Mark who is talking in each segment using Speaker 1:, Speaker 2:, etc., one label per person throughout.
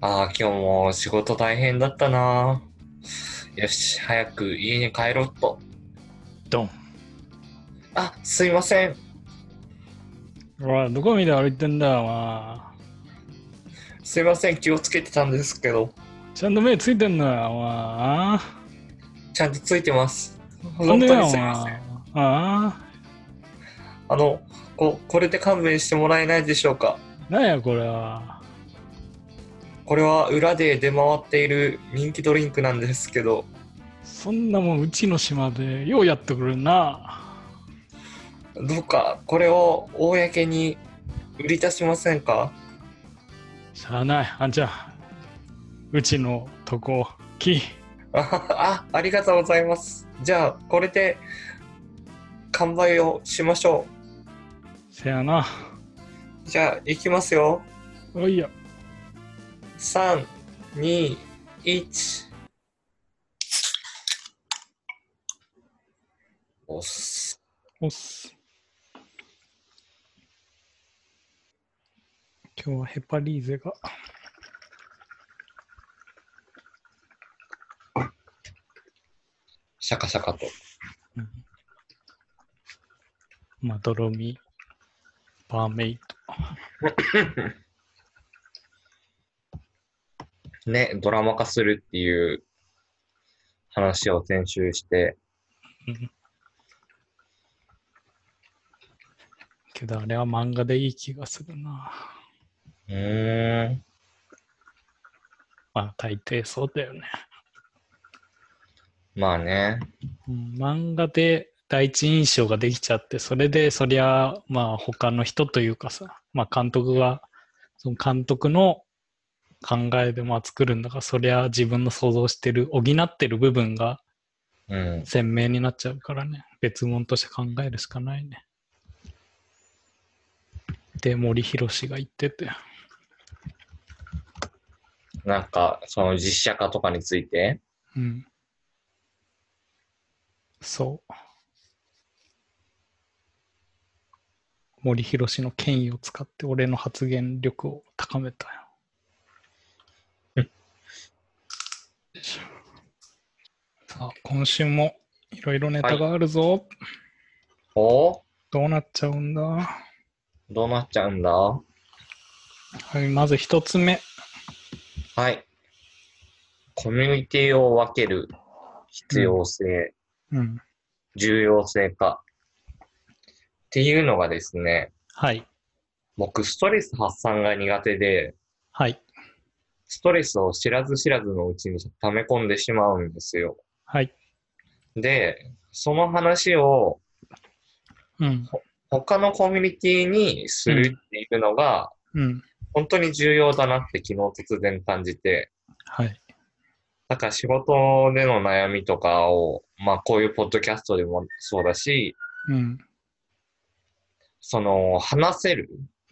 Speaker 1: ああ、今日も仕事大変だったな。よし、早く家に帰ろうっと。
Speaker 2: ドン。
Speaker 1: あ、すいません。
Speaker 2: おい、どこ見て歩いてんだよ、まあ。
Speaker 1: すいません。気をつけてたんですけど。
Speaker 2: ちゃんと目ついてんだよ、まあ。
Speaker 1: ちゃんとついてます。
Speaker 2: 飛
Speaker 1: 本
Speaker 2: んで
Speaker 1: 当
Speaker 2: よ、
Speaker 1: にすいま
Speaker 2: ま
Speaker 1: せん。
Speaker 2: あ。あ
Speaker 1: あの、ここれで勘弁してもらえないでしょうか。
Speaker 2: あ。なんや、これは。
Speaker 1: これは裏で出回っている人気ドリンクなんですけど、
Speaker 2: そんなもん、うちの島で、ようやってくれるな。
Speaker 1: どうかこれを公に売り出しませんか
Speaker 2: しゃあない、あんちゃん。うちのとこ、き。
Speaker 1: あははあ、ありがとうございます。じゃあ、これで完売をしましょ
Speaker 2: せやな。
Speaker 1: う。じゃあ、行きますよ。
Speaker 2: おいや。
Speaker 1: 3、2、1。おっす。
Speaker 2: おっす。今日はヘパリーゼが。
Speaker 1: シャカシャカと。
Speaker 2: まどろみ、バーメイド。
Speaker 1: ね、ドラマ化するっていう話を先週して、
Speaker 2: けどあれは漫画でいい気がするな。
Speaker 1: うーん、
Speaker 2: まあ大抵そうだよね。
Speaker 1: まあね、
Speaker 2: うん、漫画で第一印象ができちゃって、それでそりゃまあ他の人というかさ、まあ監督が、その監督の考えでまあ作るんだから、そりゃ自分の想像してる、補ってる部分が
Speaker 1: うん、
Speaker 2: 鮮明になっちゃうからね別物として考えるしかないねで森博が言ってて
Speaker 1: なんか、その実写化とかについて、
Speaker 2: うんそう森博の権威を使って俺の発言力を高めたよさあ今週もいろいろネタがあるぞ、
Speaker 1: おー
Speaker 2: どうなっちゃうんだ
Speaker 1: どうなっちゃうんだは
Speaker 2: はい、まず一つ目。
Speaker 1: い。コミュニティを分ける必要性、
Speaker 2: うん。
Speaker 1: 重要性か。っていうのがですね、
Speaker 2: はい。
Speaker 1: 僕、ストレス発散が苦手で、
Speaker 2: はい。
Speaker 1: ストレスを知らず知らずのうちに溜め込んでしまうんですよ。
Speaker 2: はい。
Speaker 1: で、その話を
Speaker 2: うん。
Speaker 1: 他のコミュニティにするっていうのが、
Speaker 2: うん。
Speaker 1: 本当に重要だなって昨日突然感じて、
Speaker 2: はい。
Speaker 1: だから仕事での悩みとかを、まあこういうポッドキャストでもそうだし、
Speaker 2: うん。
Speaker 1: その話せる、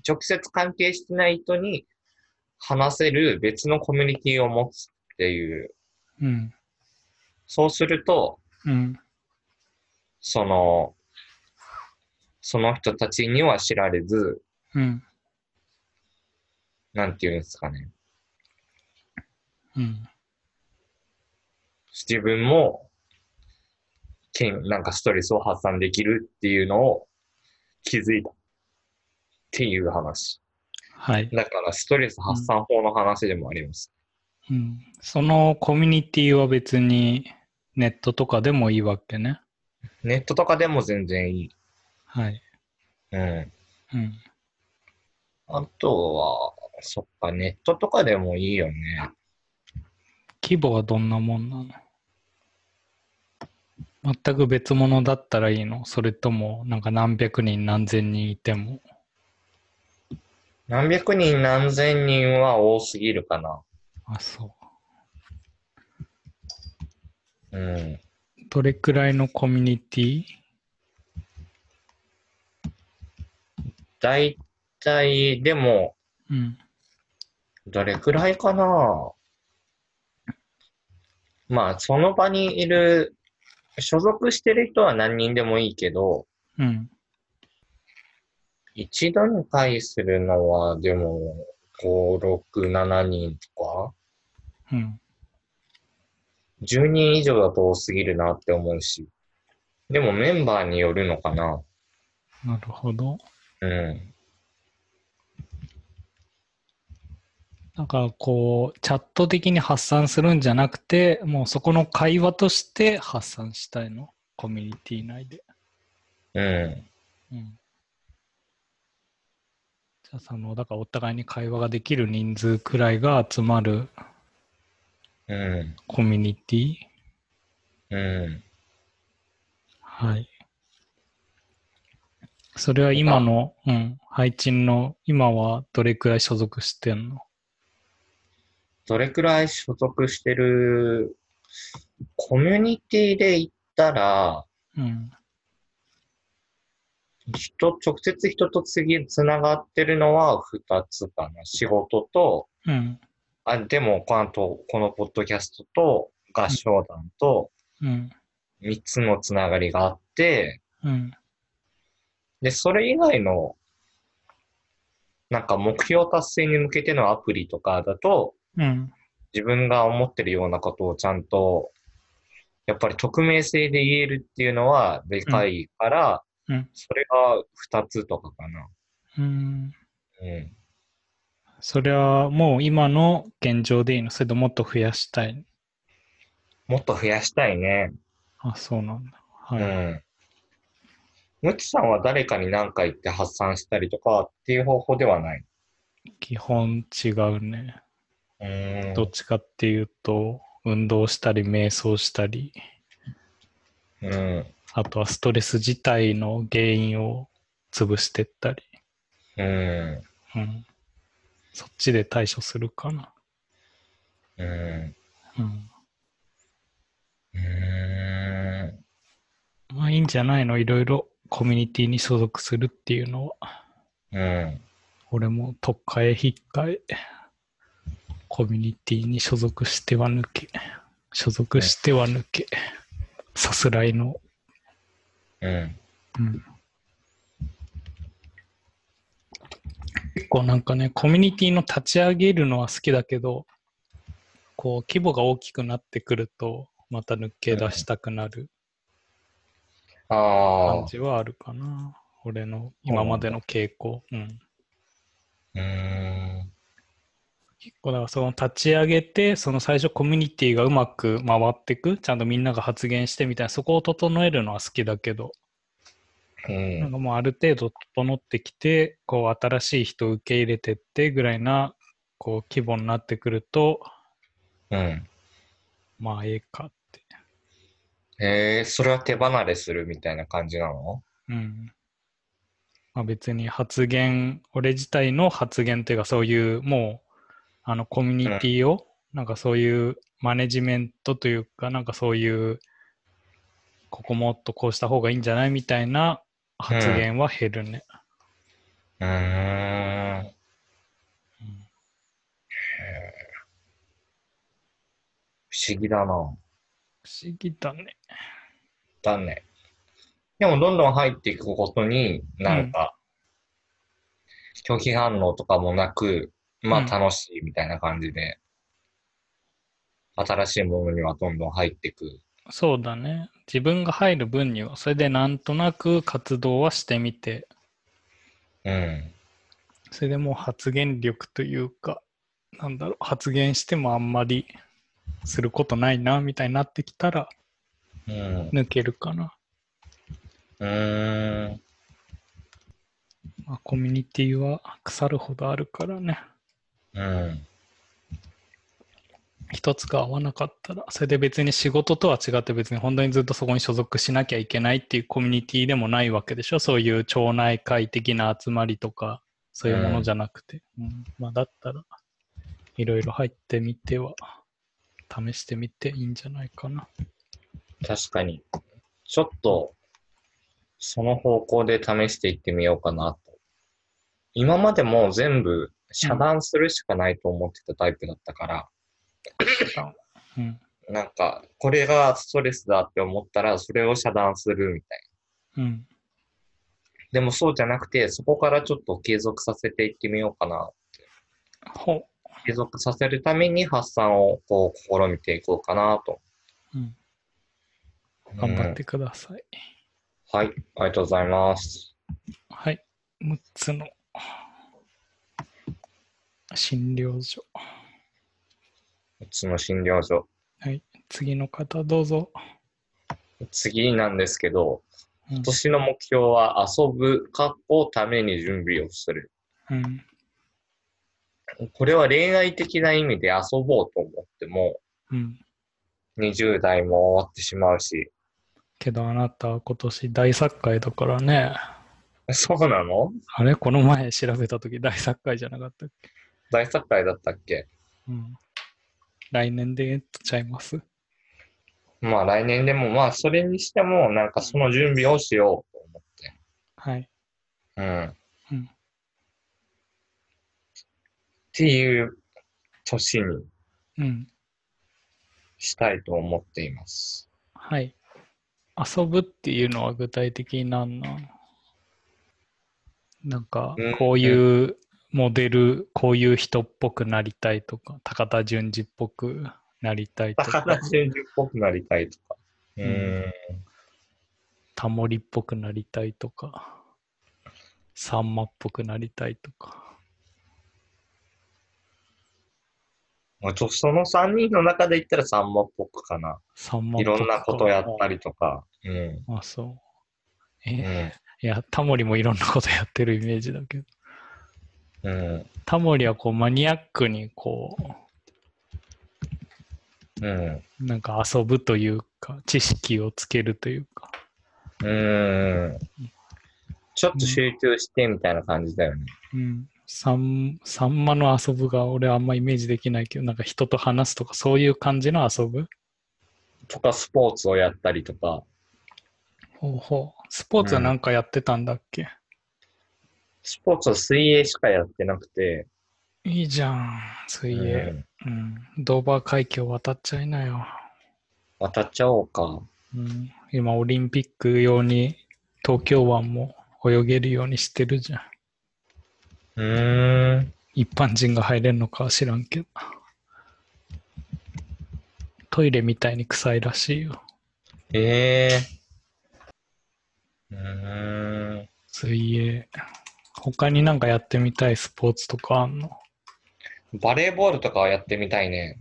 Speaker 1: 直接関係してない人に話せる別のコミュニティを持つっていう、
Speaker 2: うん。
Speaker 1: そうすると、
Speaker 2: うん。
Speaker 1: その、その人たちには知られず、
Speaker 2: うん。
Speaker 1: なんていうんですかね。
Speaker 2: うん。
Speaker 1: 自分も、けんなんかストレスを発散できるっていうのを気づいたっていう話。
Speaker 2: はい。
Speaker 1: だからストレス発散法の話でもあります。
Speaker 2: うん。そのコミュニティは別にネットとかでもいいわけね。
Speaker 1: ネットとかでも全然いい。
Speaker 2: はい。
Speaker 1: うん。
Speaker 2: うん。
Speaker 1: あとは、そっか、ネットとかでもいいよね。
Speaker 2: 規模はどんなもんなの全く別物だったらいいのそれとも、なんか何百人何千人いても。
Speaker 1: 何百人何千人は多すぎるかな。
Speaker 2: あ、そう。
Speaker 1: うん。
Speaker 2: どれくらいのコミュニティ
Speaker 1: だいたい、でも、
Speaker 2: うん。
Speaker 1: どれくらいかなまあ、その場にいる、所属してる人は何人でもいいけど、
Speaker 2: うん。
Speaker 1: 一度に対するのは、でも、 5、6、7人とか、
Speaker 2: うん。
Speaker 1: 10人以上だと多すぎるなって思うし。でもメンバーによるのかな。
Speaker 2: なるほど。
Speaker 1: うん。
Speaker 2: なんかこう、チャット的に発散するんじゃなくて、もうそこの会話として発散したいの。コミュニティ内で。
Speaker 1: うん。
Speaker 2: うん。じゃあその、だからお互いに会話ができる人数くらいが集まる
Speaker 1: うん。
Speaker 2: コミュニティ。
Speaker 1: うん。
Speaker 2: はい。それは今の、うん、配信の、今はどれくらい所属してんの
Speaker 1: どれくらい所属してる、コミュニティで言ったら、
Speaker 2: うん。
Speaker 1: 人、直接人とつぎつながってるのは2つかな。仕事と、
Speaker 2: うん。
Speaker 1: あ、でも、あと、このポッドキャストと合唱団と
Speaker 2: うん。
Speaker 1: 3つのつながりがあって、
Speaker 2: うん。
Speaker 1: で、それ以外の、なんか目標達成に向けてのアプリとかだと、
Speaker 2: うん。
Speaker 1: 自分が思ってるようなことをちゃんと、やっぱり匿名性で言えるっていうのはでかいから、
Speaker 2: うんうん
Speaker 1: それが2つとかかな。
Speaker 2: うん。
Speaker 1: うん。
Speaker 2: それはもう今の現状でいいのそれともっと増やしたい
Speaker 1: もっと増やしたいね。
Speaker 2: あ、そうなんだ。
Speaker 1: う
Speaker 2: はい。
Speaker 1: ん。むちさんは誰かに何か言って発散したりとかっていう方法ではない。
Speaker 2: 基本違うね。
Speaker 1: うーん。
Speaker 2: どっちかっていうと、運動したり、瞑想したり、
Speaker 1: うん。
Speaker 2: あとはストレス自体の原因を潰してったり。
Speaker 1: うん。
Speaker 2: うん。そっちで対処するかな。
Speaker 1: うん。
Speaker 2: うん。
Speaker 1: うーん。
Speaker 2: まあいいんじゃないのいろいろコミュニティに所属するっていうのは。
Speaker 1: うん。
Speaker 2: 俺も特化へ引っかえ、コミュニティに所属しては抜け、所属しては抜け、さすらいの、
Speaker 1: うん。
Speaker 2: うん。結構なんかね、コミュニティの立ち上げるのは好きだけど、こう規模が大きくなってくると、また抜け出したくなる
Speaker 1: あ
Speaker 2: 感
Speaker 1: あ。
Speaker 2: じはあるかな。俺の今までの傾向。うん。
Speaker 1: うーん。
Speaker 2: 結構だからその立ち上げてその最初コミュニティがうまく回っていくちゃんとみんなが発言してみたいなそこを整えるのは好きだけど、
Speaker 1: う
Speaker 2: なん
Speaker 1: ん。
Speaker 2: かもうある程度整ってきてこう新しい人を受け入れてってぐらいなこう規模になってくると
Speaker 1: うん。
Speaker 2: まあええかって
Speaker 1: えー、それは手離れするみたいな感じなの
Speaker 2: うんまあ別に発言俺自体の発言というかそういうもうあのコミュニティをなんかそういうマネジメントというかなんかそういうここもっとこうした方がいいんじゃないみたいな発言は減るね、
Speaker 1: うーん。
Speaker 2: うん
Speaker 1: 不思議だな。
Speaker 2: 不思議だね
Speaker 1: だね。でも、どんどん入っていくことに、なんか、拒否反応とかもなく、ま
Speaker 2: う
Speaker 1: あ
Speaker 2: ん
Speaker 1: 楽しいみたいな感じで、新しいものにはどんどん入っていく。
Speaker 2: そうだね自分が入る分にはそれでなんとなく活動はしてみて
Speaker 1: うん。
Speaker 2: それでもう発言力というか、なんだろう、発言してもあんまりすることないな、みたいになってきたら
Speaker 1: うん。
Speaker 2: 抜けるかな。
Speaker 1: うーん。
Speaker 2: まあ、コミュニティは腐るほどあるからね。
Speaker 1: うん。
Speaker 2: 一つが合わなかったら、それで別に仕事とは違って別に本当にずっとそこに所属しなきゃいけないっていうコミュニティでもないわけでしょ。そういう町内会的な集まりとか、そういうものじゃなくて。うんまあ、だったら、いろいろ入ってみては、試してみていいんじゃないかな。
Speaker 1: 確かに。ちょっと、その方向で試していってみようかなと。今までもう全部遮断するしかないと思ってたタイプだったから、
Speaker 2: うん。
Speaker 1: なんか、これがストレスだって思ったら、それを遮断するみたい
Speaker 2: うん。
Speaker 1: な。でもそうじゃなくて、そこからちょっと継続させていってみようかな。
Speaker 2: ほ
Speaker 1: 継続させるために発散をこう試みていこうかなと。
Speaker 2: う。うん。頑張っ
Speaker 1: うん
Speaker 2: てください。
Speaker 1: はい、ありがとうございます。
Speaker 2: はい。6つの診療所。
Speaker 1: うちの診療所。
Speaker 2: はい。次の方どうぞ。
Speaker 1: 次なんですけど、
Speaker 2: うん
Speaker 1: 今年の目標は遊ぶ、かっこために準備をする。
Speaker 2: うん。
Speaker 1: これは恋愛的な意味で遊ぼうと思っても、
Speaker 2: うん。
Speaker 1: 20代も終わってしまうし。
Speaker 2: けどあなたは今年大作界だからね。
Speaker 1: そうなの
Speaker 2: あれこの前調べたとき大作界じゃなかったっけ
Speaker 1: 大作会だったっけ
Speaker 2: うん。来年でえっとちゃいます
Speaker 1: まあ来年でもまあそれにしてもなんかその準備をしようと思って。
Speaker 2: はい。
Speaker 1: うん。
Speaker 2: うん
Speaker 1: っていう年に
Speaker 2: うん。
Speaker 1: したいと思っています。
Speaker 2: はい。遊ぶっていうのは具体的に何なのなんか
Speaker 1: うん、
Speaker 2: こういうモデル、こういう人っぽくなりたいとか、高田純次っぽくなりたいと
Speaker 1: 高
Speaker 2: か
Speaker 1: 田、純次っぽくなりたいとか。う
Speaker 2: うん
Speaker 1: ん。
Speaker 2: タモリっぽくなりたいとか、サンマっぽくなりたいとか。
Speaker 1: まあ、ちょその3人の中で言ったらサンマっぽくかな。
Speaker 2: サンマ
Speaker 1: い
Speaker 2: っぽく
Speaker 1: ろんなことやったりとか。うん。
Speaker 2: あ、そう。
Speaker 1: う
Speaker 2: え、
Speaker 1: ん。
Speaker 2: いや、タモリもいろんなことやってるイメージだけど。
Speaker 1: うん。
Speaker 2: タモリはこうマニアックにこう、
Speaker 1: うん。
Speaker 2: なんか遊ぶというか、知識をつけるというか。
Speaker 1: うん。ちょっと集中してみたいな感じだよね。
Speaker 2: うん。さん、さんまの遊ぶが俺あんまイメージできないけど、なんか人と話すとかそういう感じの遊ぶ
Speaker 1: とか、スポーツをやったりとか、
Speaker 2: ほうほう。スポーツはなんかやってたんだっけ、
Speaker 1: スポーツは水泳しかやってなくて、
Speaker 2: いいじゃん、水
Speaker 1: う
Speaker 2: 泳。
Speaker 1: ん
Speaker 2: うん。ドーバー海峡渡っちゃいなよ。
Speaker 1: 渡っちゃおうか。
Speaker 2: うん。今オリンピック用に東京湾も泳げるようにしてるじゃん。
Speaker 1: うーん。
Speaker 2: 一般人が入れるのかは知らんけど。トイレみたいに臭いらしいよ。
Speaker 1: ええうーん。
Speaker 2: 水泳。他になんかやってみたいスポーツとかあんの
Speaker 1: バレーボールとかはやってみたいね。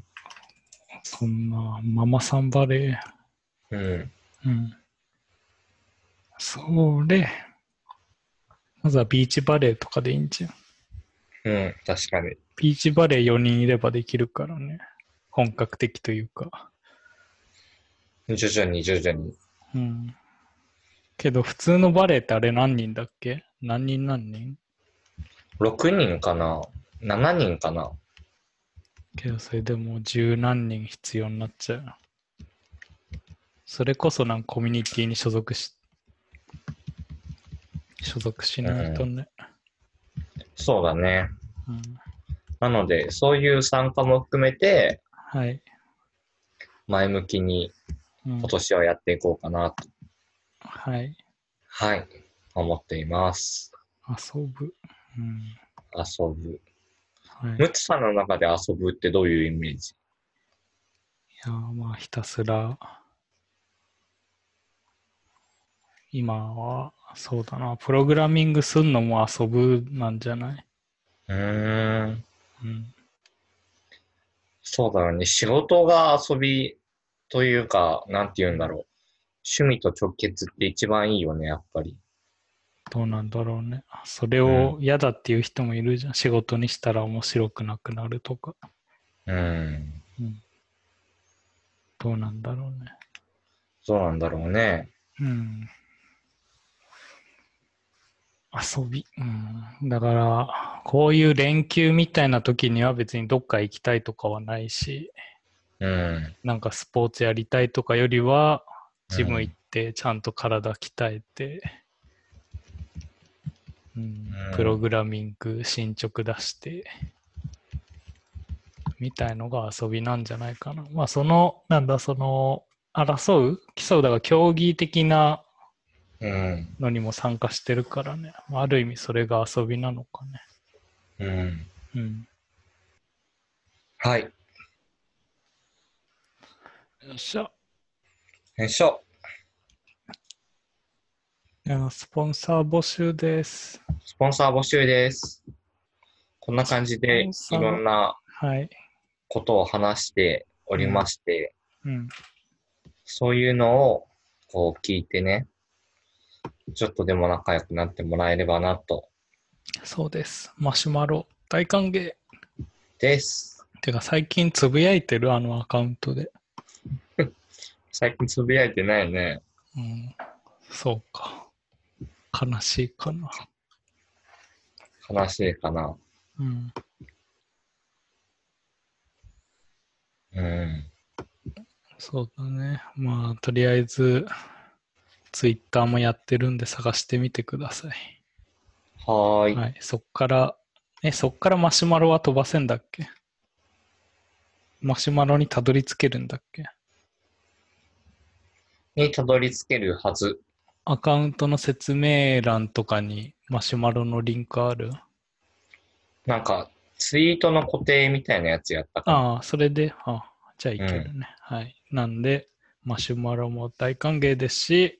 Speaker 2: そんな、ママさんバレー。
Speaker 1: うん。
Speaker 2: うん。それ。まずはビーチバレーとかでいいんじゃん。
Speaker 1: うん、確かに。
Speaker 2: ビーチバレー4人いればできるからね。本格的というか。
Speaker 1: 徐々に徐々に。
Speaker 2: うん。けど普通のバレーってあれ何人だっけ何人何人
Speaker 1: 6人かな ?7 人かな
Speaker 2: けどそれでもう十何人必要になっちゃう。それこそなんかコミュニティに所属し、所属しないとね。
Speaker 1: そうだね。
Speaker 2: うん
Speaker 1: なので、そういう参加も含めて、
Speaker 2: はい、
Speaker 1: 前向きに
Speaker 2: うん
Speaker 1: 今年はやっていこうかなと、
Speaker 2: はい。
Speaker 1: はい、思っています。
Speaker 2: 遊ぶ。うん。
Speaker 1: 遊ぶ。
Speaker 2: はい。い
Speaker 1: ムツさんの中で遊ぶってどういうイメージ
Speaker 2: やー、まあひたすら、今は、そうだな、プログラミングすんのも遊ぶなんじゃないう
Speaker 1: ーん。
Speaker 2: うん。
Speaker 1: そうだよね。仕事が遊びというか、なんて言うんだろう。趣味と直結って一番いいよね、やっぱり。
Speaker 2: どうなんだろうね。それを嫌だっていう人もいるじゃん。仕事にしたら面白くなくなるとか。
Speaker 1: うん。
Speaker 2: うん。どうなんだろうね。
Speaker 1: そうなんだろうね。
Speaker 2: うん。遊び。うん。だから、こういう連休みたいな時には別にどっか行きたいとかはないし、
Speaker 1: うん。
Speaker 2: なんかスポーツやりたいとかよりは、ジム行ってちゃんと体鍛えて、うん
Speaker 1: うん、
Speaker 2: プログラミング進捗出して、みたいのが遊びなんじゃないかな。まあその、なんだ、その、争う競うだが競技的な
Speaker 1: うん。
Speaker 2: のにも参加してるからね。まあある意味それが遊びなのかね。
Speaker 1: うん。
Speaker 2: うん。
Speaker 1: はい。よ
Speaker 2: よっしゃ。
Speaker 1: いしょ。
Speaker 2: いやスポンサー募集です。
Speaker 1: スポンサー募集です。こんな感じでい
Speaker 2: スポンサー
Speaker 1: ろんな
Speaker 2: はい。
Speaker 1: ことを話しておりまして、
Speaker 2: うん。
Speaker 1: そういうのをこう聞いてね、ちょっとでも仲良くなってもらえればなと。
Speaker 2: そうです。マシュマロ、大歓迎。
Speaker 1: です。
Speaker 2: てか、最近つぶやいてる、あのアカウントで。
Speaker 1: 最近つぶやいてないね。
Speaker 2: うん。そうか。悲しいかな。
Speaker 1: 悲しいかな。
Speaker 2: うん。
Speaker 1: うん。
Speaker 2: そうだね。まあ、とりあえず、ツイッターもやってるんで探してみてください。
Speaker 1: はーい。
Speaker 2: はい。そっから、え、そっからマシュマロは飛ばせんだっけマシュマロにたどり着けるんだっけ
Speaker 1: にたどり着けるはず。
Speaker 2: アカウントの説明欄とかにマシュマロのリンクある
Speaker 1: なんか、ツイートの固定みたいなやつやったから。
Speaker 2: ああ、それで、あじゃあいけるね、はい。なんで、マシュマロも大歓迎ですし、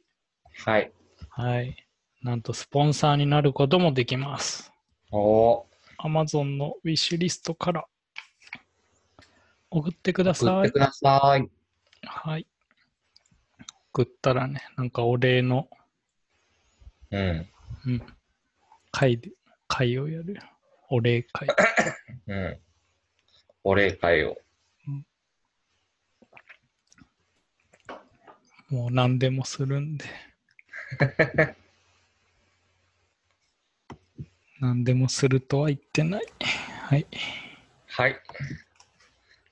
Speaker 1: はい。
Speaker 2: はい。なんとスポンサーになることもできます。
Speaker 1: おー
Speaker 2: Amazon のウィッシュリストから送ってくだ
Speaker 1: 送
Speaker 2: さ
Speaker 1: って
Speaker 2: い
Speaker 1: く。ださい。
Speaker 2: はい。送ったらね、なんかお礼の、
Speaker 1: うん。
Speaker 2: うん、会で、会をやるよ。お礼会。
Speaker 1: うん。お礼会を。
Speaker 2: もう何でもするんで。 何でもするとは言ってない。はい。
Speaker 1: はい。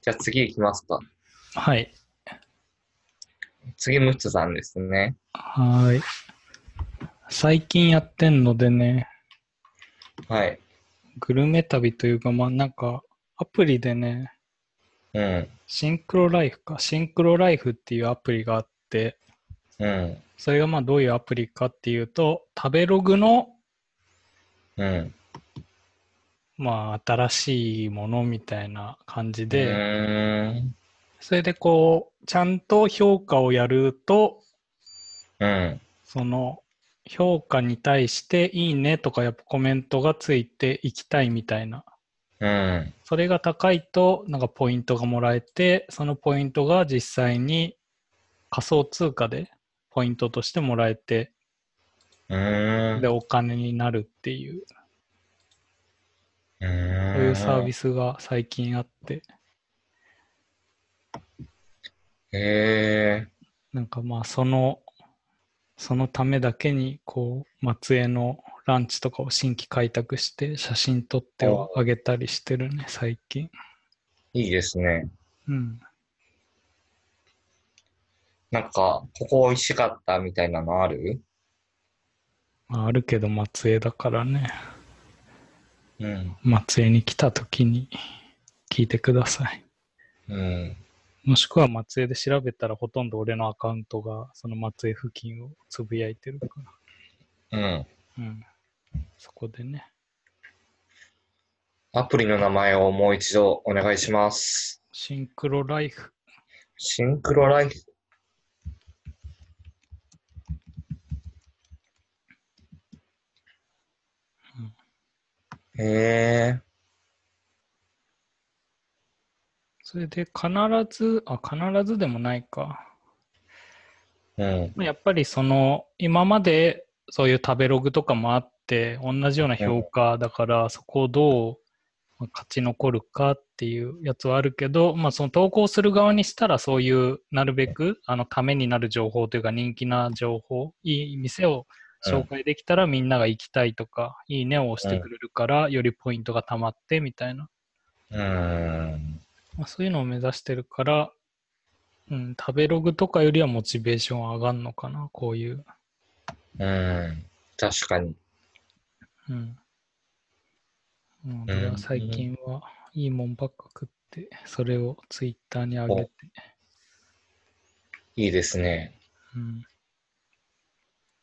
Speaker 1: じゃあ次行きますか。
Speaker 2: はい。
Speaker 1: 次、ムッツさんですね。
Speaker 2: はーい。最近やってんのでね、
Speaker 1: はい。
Speaker 2: グルメ旅というか、まあなんか、アプリでね、
Speaker 1: うん。
Speaker 2: シンクロライフか、シンクロライフっていうアプリがあって、
Speaker 1: うん。
Speaker 2: それがまあどういうアプリかっていうと、食べログの
Speaker 1: うん。
Speaker 2: まあ新しいものみたいな感じで、
Speaker 1: うーん。
Speaker 2: それでこう、ちゃんと評価をやると、
Speaker 1: うん。
Speaker 2: その評価に対していいねとかやっぱコメントがついていきたいみたいな。
Speaker 1: うん。
Speaker 2: それが高いとなんかポイントがもらえて、そのポイントが実際に仮想通貨でポイントとしてもらえて、
Speaker 1: うーん。
Speaker 2: でお金になるっていう、
Speaker 1: う
Speaker 2: そ
Speaker 1: ーん
Speaker 2: ういうサービスが最近あって、
Speaker 1: へえ。
Speaker 2: なんかまあその、そのためだけにこう松江のランチとかを新規開拓して写真撮ってはあげたりしてるね最近。
Speaker 1: いいですね。
Speaker 2: うん。
Speaker 1: なんか、ここ美味しかったみたいなのある
Speaker 2: まあ、あるけど松江だからね
Speaker 1: うん。
Speaker 2: 松江に来た時に聞いてください。
Speaker 1: うん。
Speaker 2: もしくは松江で調べたらほとんど俺のアカウントがその松江付近をつぶやいてるか
Speaker 1: うん。
Speaker 2: ら。うん。そこでね。
Speaker 1: アプリの名前をもう一度お願いします。
Speaker 2: シンクロライフ。
Speaker 1: シンクロライフ。へえ。
Speaker 2: それで必ず、あ、必ずでもないか。
Speaker 1: うん。
Speaker 2: やっぱりその今までそういう食べログとかもあって同じような評価だからそこをどうまあ勝ち残るかっていうやつはあるけど、まあ、その投稿する側にしたらそういうなるべくあのためになる情報というか人気な情報いい店を紹介できたらみんなが行きたいとか、いいねを押してくれるからよりポイントがたまってみたいな、
Speaker 1: うん。
Speaker 2: まあ、そういうのを目指してるから、うん、食べログとかよりはモチベーション上がるのかなこういう。
Speaker 1: うん。確かに。
Speaker 2: うん。もう
Speaker 1: うん
Speaker 2: 俺は最近はいいもんばっか食って、それをツイッターに上げて、
Speaker 1: いいですね。
Speaker 2: うん、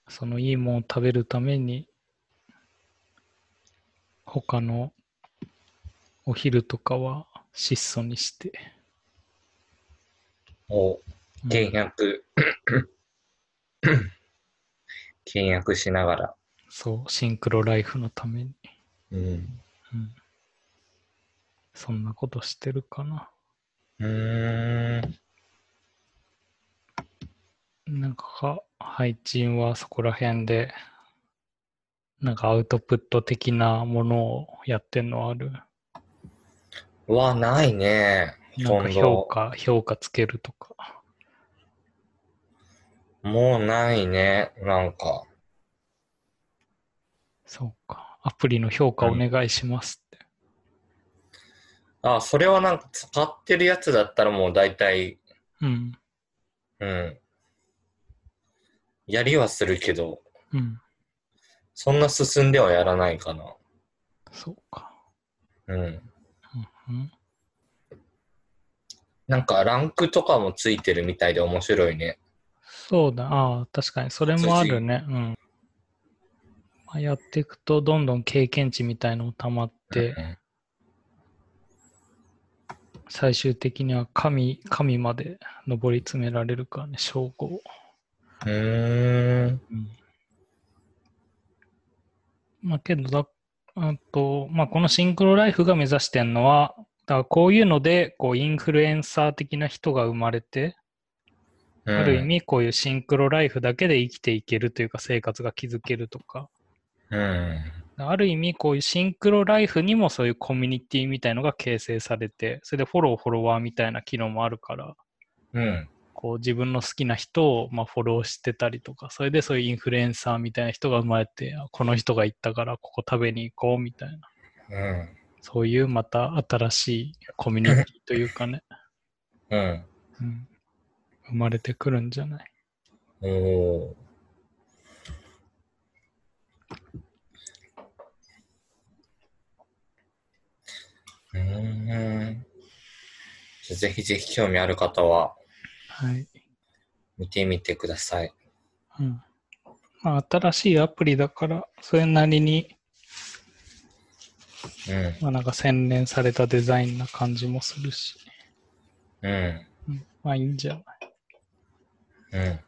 Speaker 2: そのいいもんを食べるために、他のお昼とかは質素にして。
Speaker 1: を
Speaker 2: うん
Speaker 1: 倹約、倹約しながら、
Speaker 2: そう、シンクロライフのために。
Speaker 1: うん、
Speaker 2: うん。そんなことしてるかな。
Speaker 1: うーん、
Speaker 2: なんか、配信はそこら辺で、なんかアウトプット的なものをやってんのある
Speaker 1: はないね。
Speaker 2: な
Speaker 1: ほと
Speaker 2: んか
Speaker 1: ん
Speaker 2: 評
Speaker 1: ど。
Speaker 2: 価、評価つけるとか。
Speaker 1: もうないね。なんか。
Speaker 2: そうか。アプリの評価お願いしますって。
Speaker 1: あ、それはなんか使ってるやつだったらもう大体、
Speaker 2: うん。
Speaker 1: うん。やりはするけど、
Speaker 2: うん。
Speaker 1: そんな進んではやらないかな。
Speaker 2: そうか。
Speaker 1: うん。
Speaker 2: うん。
Speaker 1: なんかランクとかもついてるみたいで面白いね。
Speaker 2: そうだ。ああ、確かに。それもあるね。うん。まあ、やっていくと、どんどん経験値みたいのも溜まって
Speaker 1: う、ん
Speaker 2: 最終的には神、神まで上り詰められるからね、称号。
Speaker 1: うーん。
Speaker 2: うんまあけどだ、あと、まあこのシンクロライフが目指してるのは、だからこういうので、こうインフルエンサー的な人が生まれて、
Speaker 1: うん
Speaker 2: ある意。味こういうシンクロライフだけで生きていけるというか生活が築けるとか、
Speaker 1: うん。
Speaker 2: ある意味こういうシンクロライフにもそういうコミュニティみたいのが形成されて、それでフォロー、フォロワーみたいな機能もあるから、
Speaker 1: うん。
Speaker 2: こう自分の好きな人をまあフォローしてたりとか、それでそういうインフルエンサーみたいな人が生まれて、あこの人が行ったからここ食べに行こうみたいな、
Speaker 1: うん。
Speaker 2: そういうまた新しいコミュニティというかね、
Speaker 1: うん。
Speaker 2: うん、生まれてくるんじゃない
Speaker 1: おおー。うーん。じゃあぜひぜひ興味ある方は
Speaker 2: はい。
Speaker 1: 見てみてください。
Speaker 2: うんまあ、新しいアプリだから、それなりに、
Speaker 1: うん。
Speaker 2: まあ、なんか洗練されたデザインな感じもするし、
Speaker 1: うん。
Speaker 2: うん、まあいいんじゃ
Speaker 1: う
Speaker 2: ない
Speaker 1: ん。
Speaker 2: はい。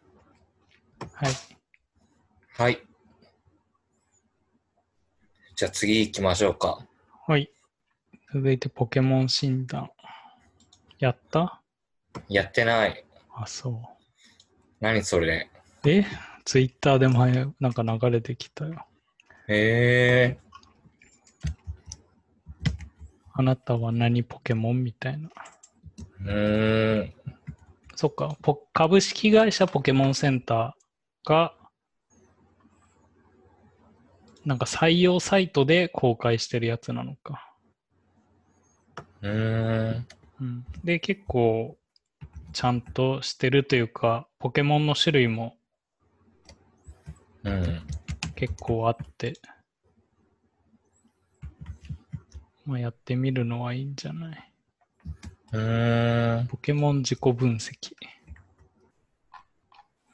Speaker 1: はい。じゃあ次行きましょうか。
Speaker 2: はい。続いてポケモン診断。やった
Speaker 1: やってない。
Speaker 2: あ、そう。
Speaker 1: 何それ。
Speaker 2: えツイッターでもはやなんか流れてきたよ。
Speaker 1: へえ
Speaker 2: あなたは何ポケモンみたいな。
Speaker 1: ー。うーん。
Speaker 2: そっか、ポ株式会社ポケモンセンターが、なんか採用サイトで公開してるやつなのか。
Speaker 1: うーん。
Speaker 2: うん、で、結構、ちゃんとしてるというか、ポケモンの種類も
Speaker 1: うん。
Speaker 2: 結構あって、まあ、やってみるのはいいんじゃないう
Speaker 1: ーん。
Speaker 2: ポケモン自己分析。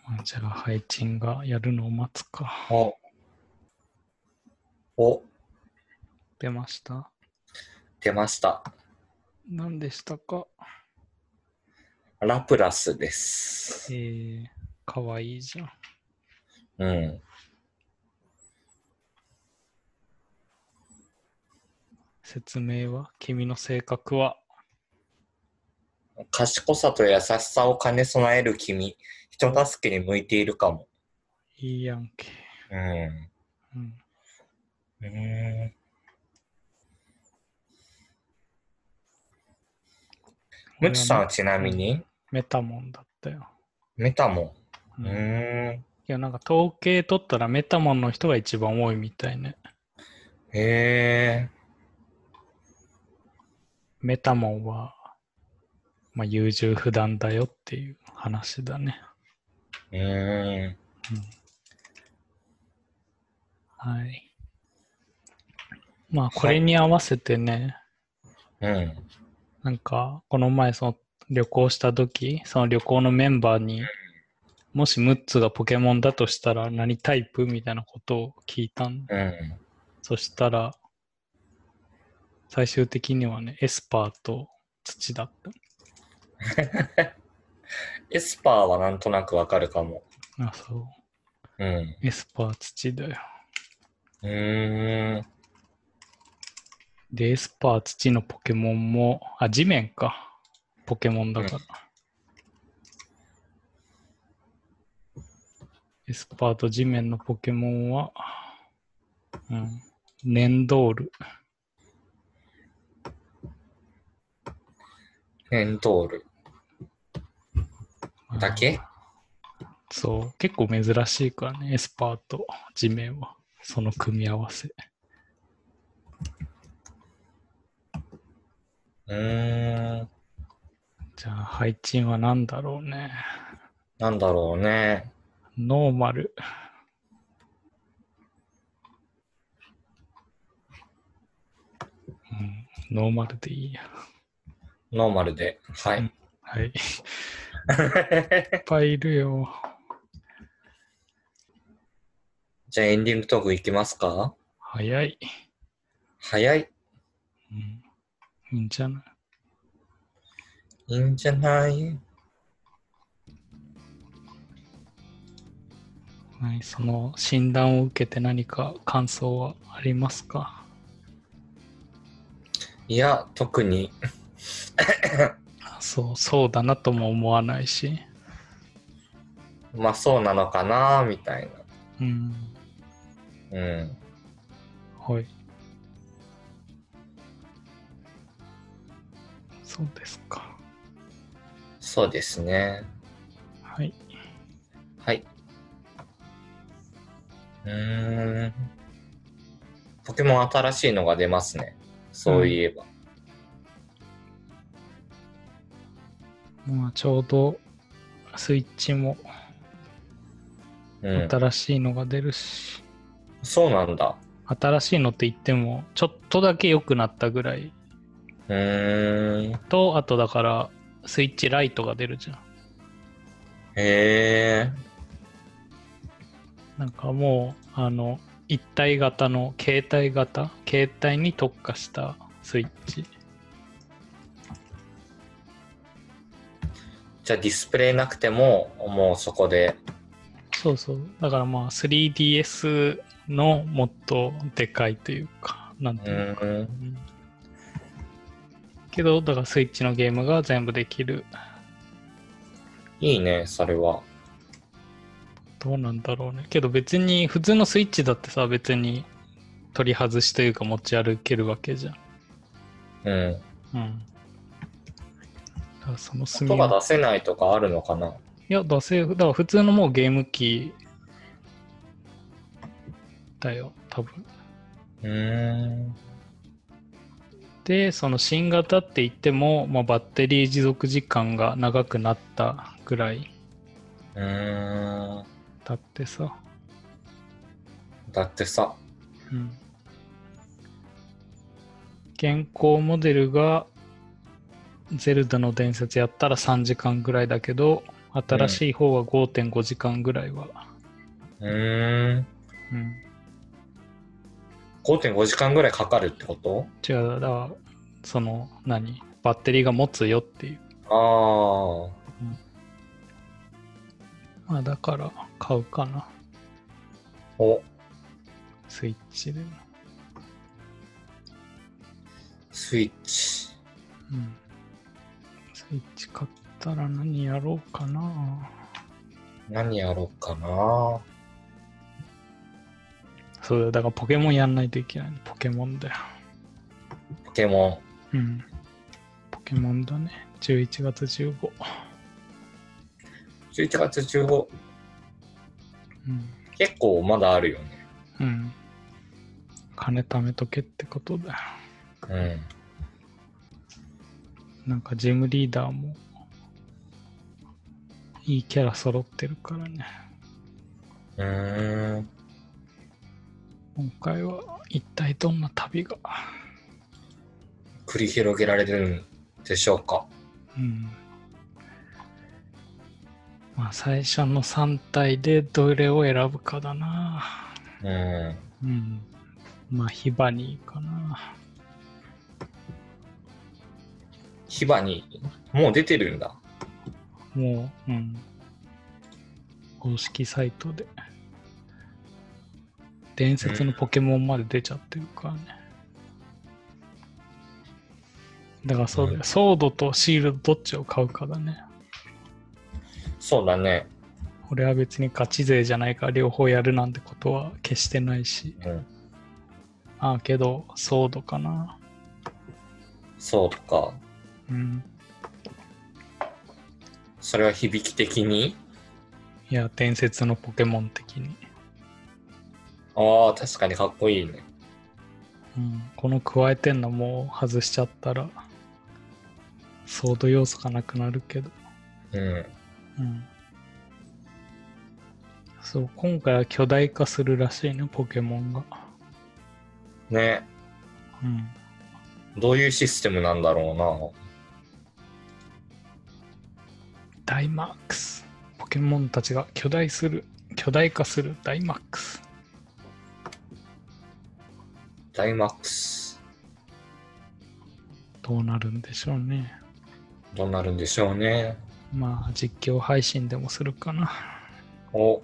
Speaker 2: まあじゃあ、配信がやるのを待つか。
Speaker 1: お。お、
Speaker 2: 出ました。
Speaker 1: 出ました。
Speaker 2: 何でしたか
Speaker 1: ラプラスで
Speaker 2: え
Speaker 1: す。
Speaker 2: ー、かわいいじゃん。
Speaker 1: うん。
Speaker 2: 説明は君の性格は
Speaker 1: 賢さと優しさを兼ね備える君、人助けに向いているかも。
Speaker 2: いいやんけ。
Speaker 1: うん。
Speaker 2: うん。
Speaker 1: うーんムツさんはちなみに
Speaker 2: メタモンだったよ。
Speaker 1: メタモ
Speaker 2: う
Speaker 1: ン。
Speaker 2: ん
Speaker 1: う
Speaker 2: い
Speaker 1: ーん。
Speaker 2: や、なんか統計取ったらメタモンの人が一番多いみたいね。
Speaker 1: へえ。
Speaker 2: メタモンは、まあ、優柔不断だよっていう話だね。
Speaker 1: うーん。
Speaker 2: はい。まあ、これに合わせてね、
Speaker 1: うん。
Speaker 2: なんか、この前、その旅行した時、その旅行のメンバーに、もしムッツがポケモンだとしたら何タイプみたいなことを聞いたん
Speaker 1: うん。
Speaker 2: そしたら、最終的にはね、エスパーと土だった。
Speaker 1: エスパーはなんとなくわかるかも。
Speaker 2: あ、そう。
Speaker 1: うん。
Speaker 2: エスパー土だよ。
Speaker 1: うーん。
Speaker 2: で、エスパー土のポケモンも、あ、地面か。ポケモンだから。エスパーと地面のポケモンは、うん、粘ドール。
Speaker 1: エントールだけ
Speaker 2: そう、結構珍しいからね、エスパーと地面は、その組み合わせ。
Speaker 1: うーん。
Speaker 2: じゃあ、配置は何だろうね。
Speaker 1: なんだろうね。
Speaker 2: ノーマル。うん、ノーマルでいいや。
Speaker 1: ノーマルで。は
Speaker 2: うん
Speaker 1: い。
Speaker 2: はい。いっぱいいるよ。
Speaker 1: じゃあエンディングトークいきますか
Speaker 2: 早い。
Speaker 1: 早い。
Speaker 2: うん、いいんじゃない
Speaker 1: いいんじゃない
Speaker 2: はい、その診断を受けて何か感想はありますか
Speaker 1: いや、特に。
Speaker 2: あそう、そうだなとも思わないし。
Speaker 1: まあそうなのかなみたい
Speaker 2: うん。
Speaker 1: な。うん。
Speaker 2: はい。そうですか。
Speaker 1: そうですね。
Speaker 2: はい。
Speaker 1: はい。うーん。ポケモン新しいのが出ますね。そういえば。
Speaker 2: まあ、ちょうど、スイッチも
Speaker 1: うん。
Speaker 2: 新しいのが出るし、
Speaker 1: そうなんだ。
Speaker 2: 新しいのって言っても、ちょっとだけ良くなったぐらいう
Speaker 1: ーん。
Speaker 2: と、あとだから、スイッチライトが出るじゃん。
Speaker 1: へえ。
Speaker 2: なんかもう、あの、一体型の携帯型、携帯に特化したスイッチ。
Speaker 1: じゃあディスプレイなくても、もうそこで。
Speaker 2: そうそう。だからまあ 3DS のもっとでかいというか、なん
Speaker 1: う
Speaker 2: ていうのか。
Speaker 1: ーん。
Speaker 2: うんけど、だからスイッチのゲームが全部できる。
Speaker 1: いいね、それは。
Speaker 2: どうなんだろうね。けど別に普通のスイッチだってさ、別に取り外しというか持ち歩けるわけじゃん。
Speaker 1: うん。
Speaker 2: うん。だからその隅
Speaker 1: 音
Speaker 2: は
Speaker 1: が出せないとかあるのかない
Speaker 2: や、出せ、だから普通のもうゲーム機だよ、多分。
Speaker 1: うーん。
Speaker 2: でその新型って言っても、まあ、バッテリー持続時間が長くなったぐらいう
Speaker 1: ーん。
Speaker 2: だってさ、
Speaker 1: だってさ。
Speaker 2: うん、現行モデルが「ゼルダの伝説」やったら3時間ぐらいだけど新しい方は5.5時間ぐらいは、
Speaker 1: うーん。
Speaker 2: うん、
Speaker 1: 5.5時間ぐらいかかるってこと
Speaker 2: 違うだからその何バッテリーが持つよっていう、
Speaker 1: ああ。
Speaker 2: まあ、だから買うかな
Speaker 1: お、
Speaker 2: スイッチでも、
Speaker 1: スイッチ。
Speaker 2: うん、スイッチ買ったら何やろうかな
Speaker 1: 何やろうかな。
Speaker 2: そうだよ、だからポケモンやんないといけないの。ポケモンだよ。
Speaker 1: ポケモン。
Speaker 2: うん。ポケモンだね。11月15。
Speaker 1: 11月15、
Speaker 2: うん。
Speaker 1: 結構まだあるよね。
Speaker 2: うん。金貯めとけってことだよ。
Speaker 1: うん。
Speaker 2: なんかジムリーダーも、いいキャラ揃ってるからね。
Speaker 1: うーん。
Speaker 2: 今回は一体どんな旅が。
Speaker 1: 繰り広げられるんでしょうか。
Speaker 2: うん。まあ最初の3体でどれを選ぶかだな。
Speaker 1: うん。
Speaker 2: うん。まあ、ヒバニーかな。
Speaker 1: ヒバにもう出てるんだ。
Speaker 2: もう、うん。公式サイトで。伝説のポケモンまで出ちゃってるからね。だからそうだよ。ソードとシールドどっちを買うかだね。
Speaker 1: そうだね。
Speaker 2: 俺は別にガチ勢じゃないから両方やるなんてことは決してないし。
Speaker 1: うん。
Speaker 2: ああ、けど、ソードかな。
Speaker 1: そうか。
Speaker 2: うん。
Speaker 1: それは響き的に
Speaker 2: いや、伝説のポケモン的に。
Speaker 1: ああ、確かにかっこいいね。
Speaker 2: うん、この加えてんのもう外しちゃったら、ソード要素がなくなるけど。
Speaker 1: うん。
Speaker 2: うん。そう、今回は巨大化するらしいね、ポケモンが。
Speaker 1: ね。
Speaker 2: うん。
Speaker 1: どういうシステムなんだろ
Speaker 2: ダイマックス。ポケモンたちが巨大する、巨大化するダイマックス。
Speaker 1: うな。ダイマックス。
Speaker 2: どうなるんでしょうね。
Speaker 1: どうなるんでしょうね。
Speaker 2: まあ、実況配信でもするかな。
Speaker 1: お、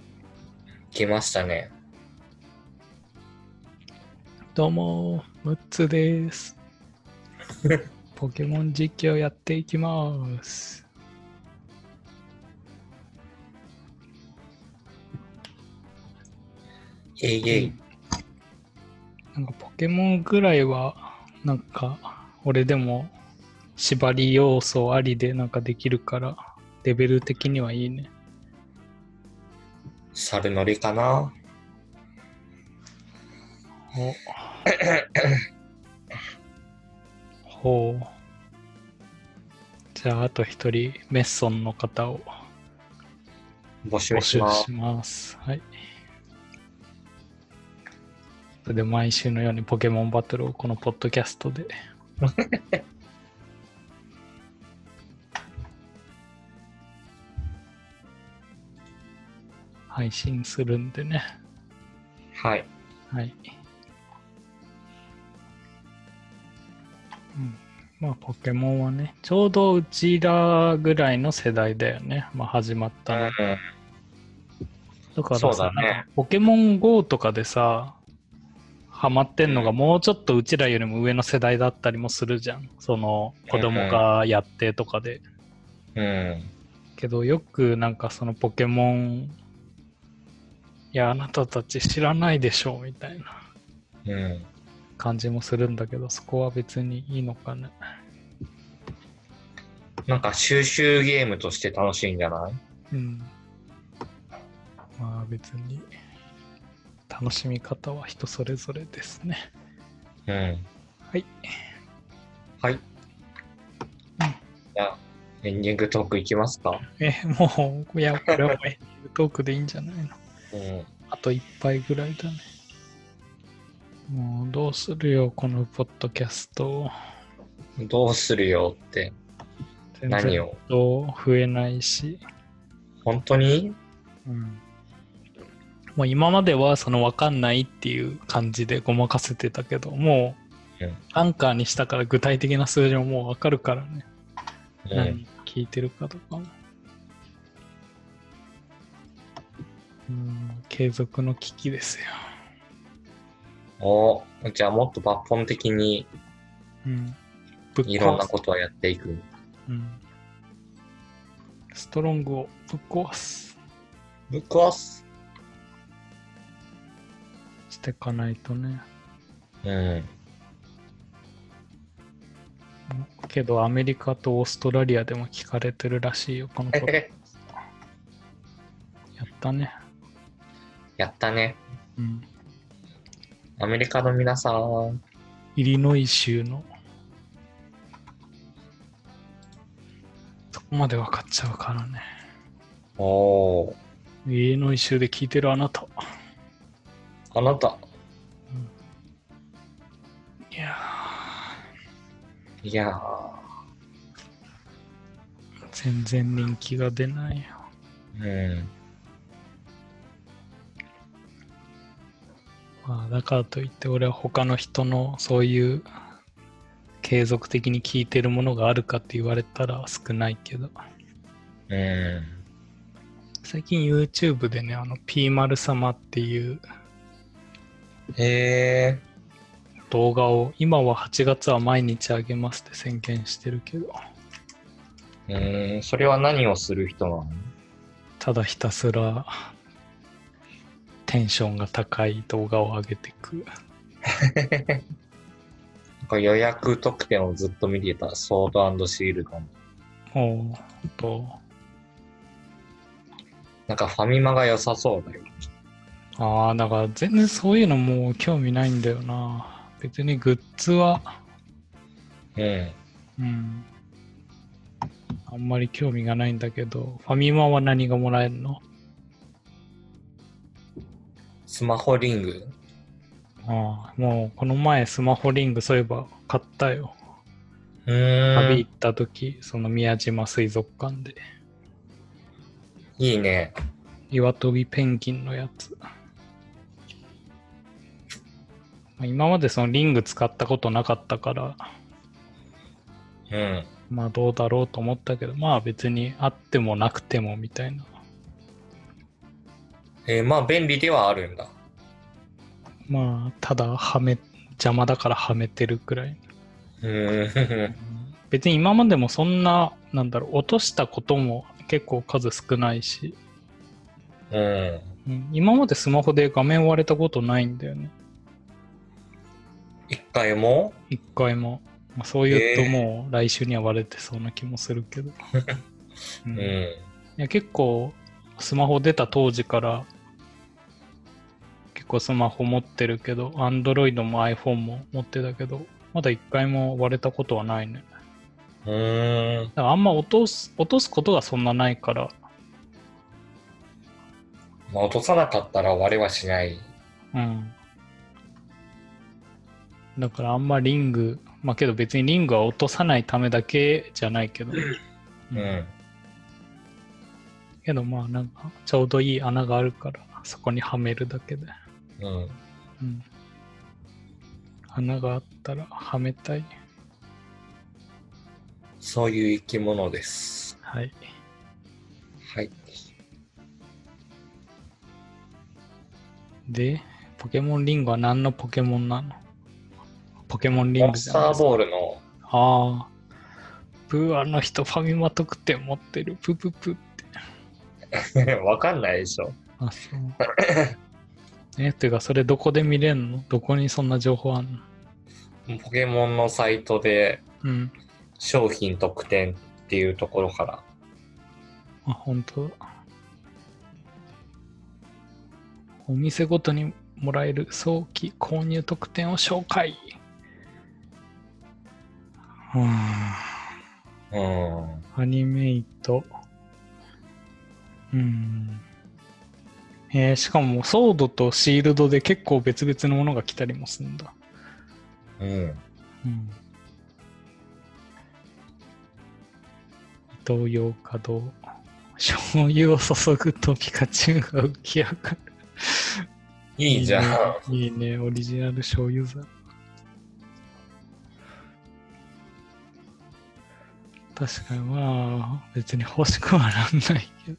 Speaker 1: 来ましたね。
Speaker 2: どうも、ムッツ です。ポケモン実況やっていきます。
Speaker 1: えいえい。
Speaker 2: なんかポケモンぐらいは、なんか、俺でも、縛り要素ありでなんかできるから、レベル的にはいいね。
Speaker 1: 猿乗りかな
Speaker 2: おほう。じゃあ、あと一人、メッソンの方を
Speaker 1: 募集
Speaker 2: 募
Speaker 1: し
Speaker 2: 集
Speaker 1: ます
Speaker 2: し。ます。はい。それで毎週のようにポケモンバトルをこのポッドキャストで。 配信するんでね。
Speaker 1: はい。
Speaker 2: はい。うん。まあ、ポケモンはね、ちょうどうちらぐらいの世代だよね。まあ、始まったの。
Speaker 1: うん。
Speaker 2: だから
Speaker 1: そう
Speaker 2: さ
Speaker 1: だ、ね
Speaker 2: なんかポケモン GO とかでさ、ハマってんのがもうちょっとうちらよりも上の世代だったりもするじゃん。その子供がやってとかで。
Speaker 1: うん。
Speaker 2: けどよくなんかそのポケモン、いや、あなたたち知らないでしょみたいな
Speaker 1: うん。
Speaker 2: 感じもするんだけど、そこは別にいいのかね。
Speaker 1: なんか収集ゲームとして楽しいんじゃない
Speaker 2: うん。まあ別に、楽しみ方は人それぞれですね。
Speaker 1: うん。
Speaker 2: はい。
Speaker 1: はい。じゃあ、エンディングトークいきますか。
Speaker 2: え、もう、いや、これはもうエンディングトークでいいんじゃないの
Speaker 1: うん。
Speaker 2: あと一杯ぐらいだね。もう、どうするよ、このポッドキャスト。
Speaker 1: どうするよって、
Speaker 2: 全
Speaker 1: 何
Speaker 2: 然
Speaker 1: を。
Speaker 2: 増えないし。
Speaker 1: 本当に
Speaker 2: うん。もう今までは、その、わかんないっていう感じでごまかせてたけど、もう
Speaker 1: うん、
Speaker 2: アンカーにしたから具体的な数字ももうわかるからね。
Speaker 1: う
Speaker 2: 何
Speaker 1: ん。
Speaker 2: 聞いてるかとかも。うん、継続の危機ですよ。
Speaker 1: おじゃあもっと抜本的に
Speaker 2: うん。ぶっ
Speaker 1: いろん
Speaker 2: 壊
Speaker 1: な
Speaker 2: す。
Speaker 1: ことをやっていく。
Speaker 2: うん。ストロングをぶっ壊す。
Speaker 1: ぶっ壊す。
Speaker 2: していかないとね。
Speaker 1: うん。
Speaker 2: けど、アメリカとオーストラリアでも聞かれてるらしいよ、このこと。やったね。
Speaker 1: やったね。
Speaker 2: うん。
Speaker 1: アメリカの皆さん、
Speaker 2: イリノイ州の。そこまで分かっちゃうからね。
Speaker 1: おー
Speaker 2: イリノイ州で聞いてるあなた。
Speaker 1: あなた、
Speaker 2: いや
Speaker 1: いや
Speaker 2: ー、全然人気が出ないよ。
Speaker 1: ー、
Speaker 2: まあ、だからといって俺は他の人のそういう継続的に聞いてるものがあるかって言われたら少ないけど
Speaker 1: うん。
Speaker 2: 最近 YouTube でねあの P 丸様っていう
Speaker 1: へえ
Speaker 2: 動画を今は8月は毎日あげますって宣言してるけど
Speaker 1: うん、それは何をする人なの
Speaker 2: ただひたすらテンションが高い動画を上げてく
Speaker 1: なんか予約特典をずっと見てた、ソードシールドの。
Speaker 2: おーあと
Speaker 1: なんかファミマが良さそうだよ。
Speaker 2: ああだから全然そういうのもう興味ないんだよな別にグッズは
Speaker 1: うん。
Speaker 2: うんあんまり興味がないんだけどファミマは何がもらえるの
Speaker 1: スマホリング。
Speaker 2: ああもうこの前スマホリングそういえば買ったよ
Speaker 1: うー
Speaker 2: 旅
Speaker 1: ん
Speaker 2: 行。った時その宮島水族館で
Speaker 1: いいね。
Speaker 2: 岩飛びペンギンのやつまあ今までそのリング使ったことなかったから
Speaker 1: うん。
Speaker 2: まあどうだろうと思ったけどまあ別にあってもなくてもみたいな
Speaker 1: えーまあ便利ではあるんだ。
Speaker 2: まあただはめ邪魔だからはめてるくらい、
Speaker 1: うーん。
Speaker 2: 別に今までもそんななんだろう落としたことも結構数少ないし、
Speaker 1: うん。
Speaker 2: うん、今までスマホで画面割れたことないんだよね
Speaker 1: 一回も
Speaker 2: 一回も、まあ、そういうともう来週には割れてそうな気もするけど、う
Speaker 1: うん
Speaker 2: い
Speaker 1: ん。
Speaker 2: や結構スマホ出た当時から結構スマホ持ってるけど Android も iPhone も持ってたけどまだ一回も割れたことはないね
Speaker 1: うーん。
Speaker 2: だからあんま落とす落とすことがそんなないから、
Speaker 1: まあ落とさなかったら割れはしない。
Speaker 2: うん。だからあんまリング、まあけど別にリングは落とさないためだけじゃないけど、
Speaker 1: う
Speaker 2: うん
Speaker 1: ん。
Speaker 2: けどまあなんかちょうどいい穴があるから、そこにはめるだけで、
Speaker 1: うん。
Speaker 2: うん。穴があったらはめたい。
Speaker 1: そういう生き物です。
Speaker 2: はい。
Speaker 1: はい。
Speaker 2: で、ポケモンリングは何のポケモンなのポケモンリン
Speaker 1: モ
Speaker 2: グ
Speaker 1: ン
Speaker 2: じ
Speaker 1: ス
Speaker 2: ゃない
Speaker 1: タ
Speaker 2: で
Speaker 1: ー
Speaker 2: すか。
Speaker 1: ボールの、
Speaker 2: ああ。プーあの人ファミマ特典持ってる。プププって。
Speaker 1: わかんないでしょ。
Speaker 2: あ、そう。え、というか、それどこで見れんのどこにそんな情報あんの
Speaker 1: ポケモンのサイトで
Speaker 2: うん。
Speaker 1: 商品特典っていうところから。
Speaker 2: あ、本当だ。お店ごとにもらえる早期購入特典を紹介。うーん。
Speaker 1: うん。
Speaker 2: アニメイト。うーん。えーしかも、ソードとシールドで結構別々のものが来たりもするんだ。
Speaker 1: うん。
Speaker 2: うん伊東洋華堂醤油を注ぐとピカチュウが浮き上がる
Speaker 1: いいじゃん。
Speaker 2: いいねいいねオリジナル醤油皿確かにまあ別に欲しくはなんないけ
Speaker 1: う
Speaker 2: ど、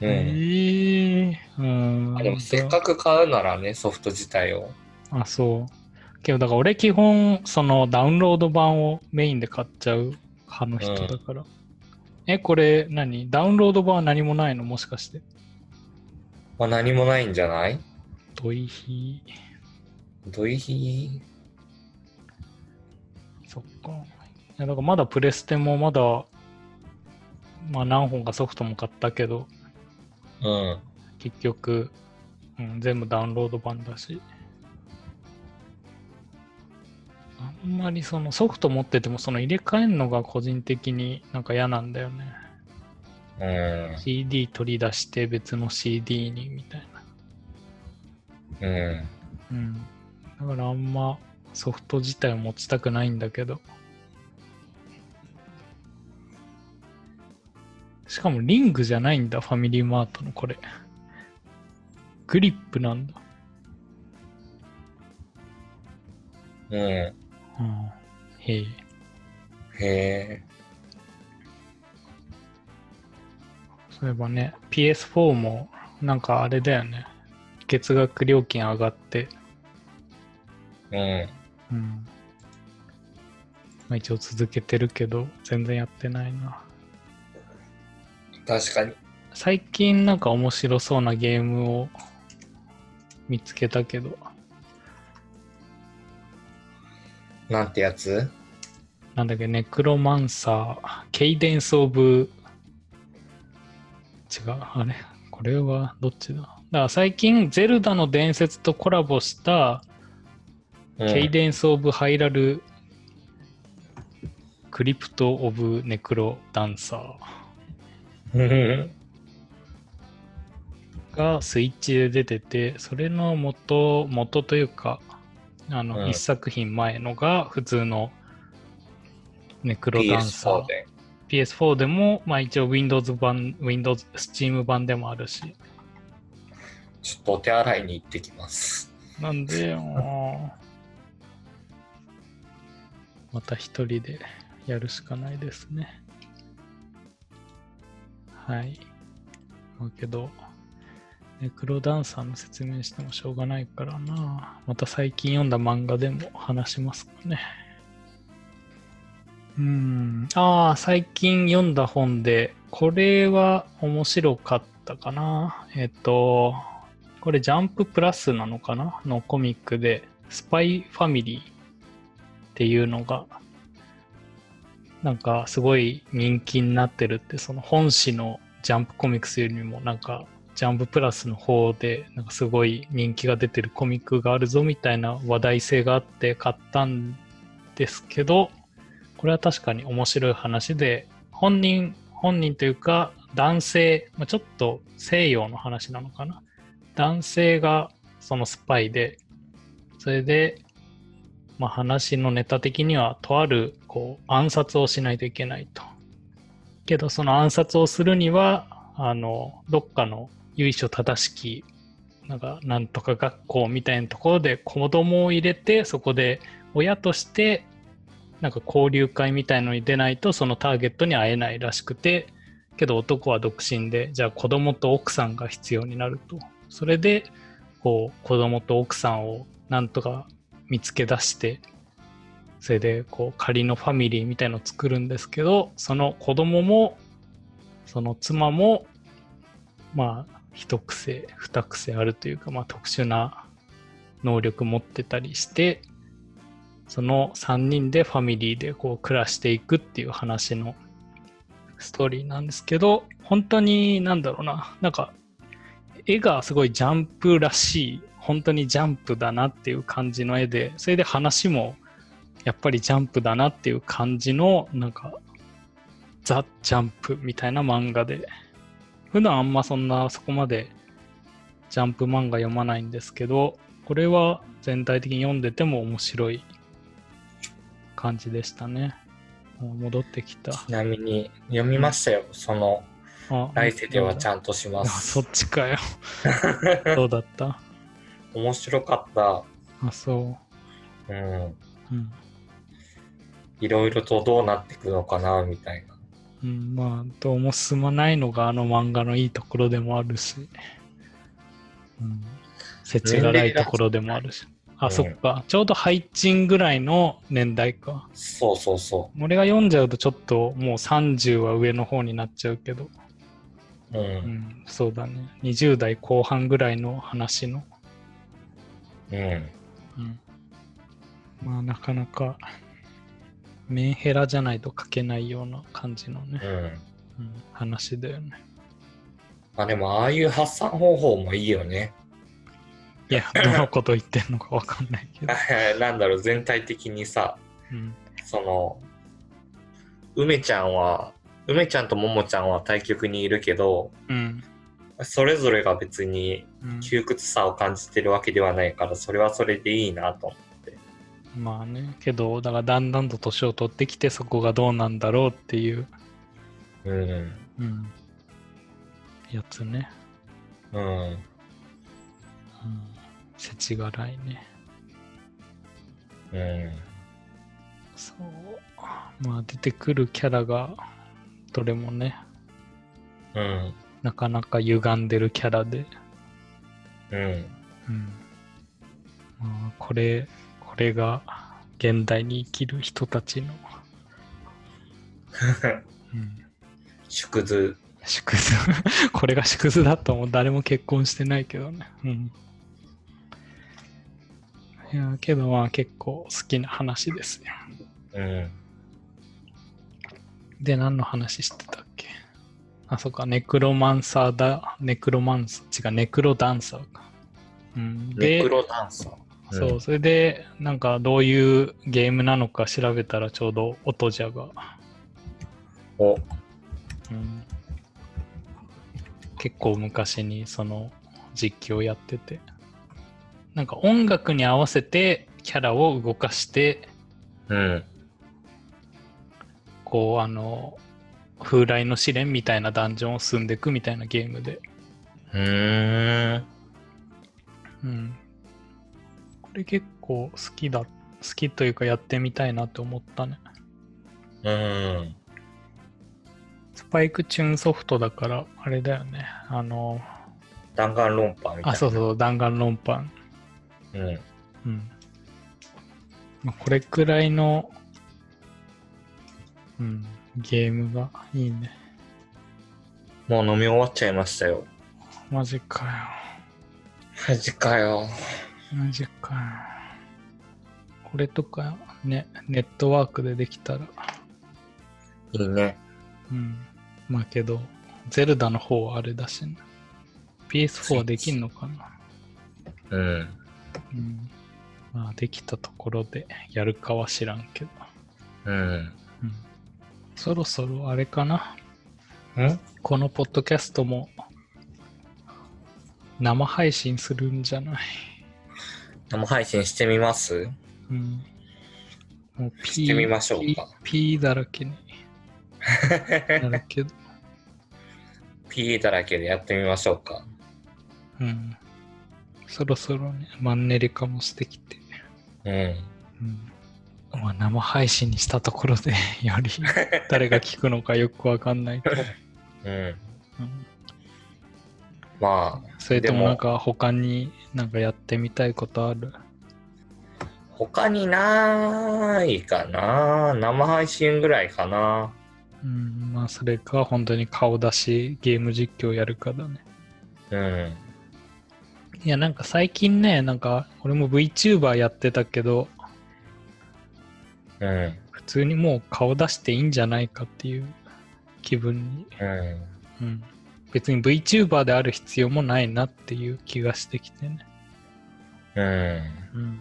Speaker 2: え
Speaker 1: ん。
Speaker 2: えうん
Speaker 1: あでもせっかく買うならね、ソフト自体を。
Speaker 2: あ、そう。けど、だから俺基本、そのダウンロード版をメインで買っちゃう派の人だから。え、これ何ダウンロード版は何もないのもしかして。
Speaker 1: まあ何もないんじゃない
Speaker 2: ドイヒ
Speaker 1: どいひ
Speaker 2: ー。そっか。いや、だからまだプレステもまだ、まあ何本かソフトも買ったけど、
Speaker 1: うん。
Speaker 2: 結局、うん、全部ダウンロード版だし。あんまりそのソフト持っててもその入れ替えるのが個人的になんか嫌なんだよね。
Speaker 1: う
Speaker 2: CD 取り出して別の CD にみたいな。
Speaker 1: ん。う
Speaker 2: うん。だからあんまソフト自体を持ちたくないんだけど。しかもリングじゃないんだ、ファミリーマートのこれ。グリップなんだ。
Speaker 1: ん。うん。
Speaker 2: うん。へえ。
Speaker 1: へえ。
Speaker 2: そういえばね、PS4 もなんかあれだよね。月額料金上がって、
Speaker 1: うん。
Speaker 2: うん。まあ、一応続けてるけど、全然やってないな。
Speaker 1: 確かに。
Speaker 2: 最近なんか面白そうなゲームを見つけたけど、
Speaker 1: なんてやつ
Speaker 2: なんだっけ、ネクロマンサー、ケイデンス・オブ、違う、あれ、これはどっちだだから最近、ゼルダの伝説とコラボした、
Speaker 1: うん
Speaker 2: ケイデンス・オブ・ハイラル・クリプト・オブ・ネクロ・ダンサ
Speaker 1: うん
Speaker 2: ーがスイッチで出てて、それの元、元というか、あ
Speaker 1: う
Speaker 2: の、
Speaker 1: ん
Speaker 2: 一作品前のが普通のネクロダンサー
Speaker 1: PS4。で。
Speaker 2: PS4 でも、まあ、一応 Windows 版、Windows、Steam 版でもあるし。
Speaker 1: ちょっとお手洗いに行ってきます。
Speaker 2: なんで、もうまた一人でやるしかないですね。はい。まあけど、ネクロダンサーの説明してもしょうがないからな。また最近読んだ漫画でも話しますかね。うん。ああ、最近読んだ本で、これは面白かったかな。えっと、これジャンププラスなのかなのコミックで、スパイファミリーっていうのが、なんかすごい人気になってるって、その本誌のジャンプコミックスよりも、なんかジャンププラスの方で、なんかすごい人気が出てるコミックがあるぞみたいな話題性があって買ったんですけど、これは確かに面白い話で、本人、本人というか男性、まあ、ちょっと西洋の話なのかな男性がそのスパイでそれで、まあ、話のネタ的にはとあるこう暗殺をしないといけないとけどその暗殺をするにはあのどっかの由緒正しきなんかなんとか学校みたいなところで子供を入れてそこで親としてなんか交流会みたいのに出ないとそのターゲットに会えないらしくてけど男は独身でじゃあ子供と奥さんが必要になるとそれでこう子供と奥さんをなんとか見つけ出してそれでこう仮のファミリーみたいのを作るんですけどその子供もその妻もまあ一癖二癖あるというか、まあ、特殊な能力持ってたりしてその3人でファミリーでこう暮らしていくっていう話のストーリーなんですけど本当になんだろうななんか絵がすごいジャンプらしい本当にジャンプだなっていう感じの絵でそれで話もやっぱりジャンプだなっていう感じのなんかザ・ジャンプみたいな漫画で普段あんまそんなそこまでジャンプ漫画読まないんですけどこれは全体的に読んでても面白い感じでしたねもう戻ってきた
Speaker 1: ちなみに、読みましたよ。その、
Speaker 2: あ
Speaker 1: 来世ではち
Speaker 2: ん
Speaker 1: ゃんとしま
Speaker 2: あそ
Speaker 1: す
Speaker 2: っ。ち かよどうだった
Speaker 1: 面白かった。
Speaker 2: あそ
Speaker 1: うん。
Speaker 2: ううん
Speaker 1: いろいろとどうなっていくのかな、みたいな。
Speaker 2: うん、まあどうも進まないのがあの漫画のいいところでもあるし、うん、世知辛いところでもあるしあ、
Speaker 1: うん
Speaker 2: そっかちょうどハイチンぐらいの年代か
Speaker 1: そうそうそ
Speaker 2: 俺が読んじゃうとちょっともう30は上の方になっちゃうけど、
Speaker 1: う。う。
Speaker 2: うんん、そうだね20代後半ぐらいの話の、
Speaker 1: うん。
Speaker 2: うん、まあなかなかメンヘラじゃないと書けないような感じのね、
Speaker 1: うん。
Speaker 2: うん、話だよね
Speaker 1: まあでも、ああいう発散方法もいいよね。
Speaker 2: いや、どのこと言ってんのかわかんないけど。
Speaker 1: なんだろう、全体的にさ、
Speaker 2: うん、
Speaker 1: その、梅ちゃんは、梅ちゃんとももちゃんは対局にいるけど、
Speaker 2: うん、
Speaker 1: それぞれが別に
Speaker 2: うん。
Speaker 1: 窮屈さを感じてるわけではないから、それはそれでいいなと。
Speaker 2: まあね、けど、だからだんだんと年を取ってきて、そこがどうなんだろうっていう、
Speaker 1: うん。
Speaker 2: うん、やつね。
Speaker 1: うん。
Speaker 2: うん、世知辛いね。
Speaker 1: うん。
Speaker 2: そう。まあ出てくるキャラが、どれもね、
Speaker 1: うん。
Speaker 2: なかなか歪んでるキャラで。
Speaker 1: うん。
Speaker 2: うん。まあこれ、これが現代に生きる人た ちの、うん、
Speaker 1: 縮図。
Speaker 2: 縮図。 これが縮図だともう誰も結婚してないけどね。うん。いや、けどまあ結構好きな話ですよ。
Speaker 1: うん。
Speaker 2: で、何の話してたっけあ、そっか、ネクロマンサーだ、ネクロマンサー、違う、ネクロダンサーか。うん、
Speaker 1: ネ
Speaker 2: で
Speaker 1: ク、ロダンサー。
Speaker 2: そうう、それで、なんかどういうゲームなのか調べたらちょうど音じゃが、
Speaker 1: お、
Speaker 2: うん、結構昔にその実況やってて、なんか音楽に合わせてキャラを動かして、
Speaker 1: うん。
Speaker 2: こう、あの、風来の試練みたいなダンジョンを進んでいくみたいなゲームで、
Speaker 1: うーん。
Speaker 2: うん。これ結構好きだ、好きというかやってみたいなと思ったね。
Speaker 1: うん。
Speaker 2: スパイクチューンソフトだから、あれだよね。あの、
Speaker 1: 弾丸論破みたいな。
Speaker 2: あ、そうそう、弾丸論破。
Speaker 1: うん。
Speaker 2: うん。まあ、これくらいの、うん、ゲームがいいね。
Speaker 1: もう飲み終わっちゃいましたよ。
Speaker 2: マジかよ。
Speaker 1: マジかよ。
Speaker 2: マジかよ。これとか、ね、ネットワークでできたら、
Speaker 1: いいね。
Speaker 2: うん。まあけど、ゼルダの方はあれだしね。PS4 はできんのかな。
Speaker 1: うん。
Speaker 2: うん。まあできたところでやるかは知らんけど。
Speaker 1: うん。
Speaker 2: うん。そろそろあれかな。
Speaker 1: ん
Speaker 2: このポッドキャストも生配信するんじゃない。
Speaker 1: 生配信してみます
Speaker 2: うん。もう P
Speaker 1: してみましょうか
Speaker 2: P, P だら けになるけど。
Speaker 1: ?P だらけでやってみましょうか。
Speaker 2: うん。そろそろね、マンネリ化もしてきて。
Speaker 1: うん。
Speaker 2: うんまあ、生配信にしたところで より誰が聞くのかよくわか んないけど、
Speaker 1: うん。
Speaker 2: うん
Speaker 1: まあ、
Speaker 2: それと
Speaker 1: で
Speaker 2: も
Speaker 1: も
Speaker 2: なんか他になんかやってみたいことある
Speaker 1: 他にないかな。生配信ぐらいかな。
Speaker 2: うんまあそれか本当に顔出しゲーム実況やるかだね
Speaker 1: うん。
Speaker 2: いやなんか最近ねなんか俺も VTuber やってたけど
Speaker 1: うん。
Speaker 2: 普通にもう顔出していいんじゃないかっていう気分に、
Speaker 1: うん。
Speaker 2: うん、別に VTuber である必要もないなっていう気がしてきてね
Speaker 1: うん。
Speaker 2: うん。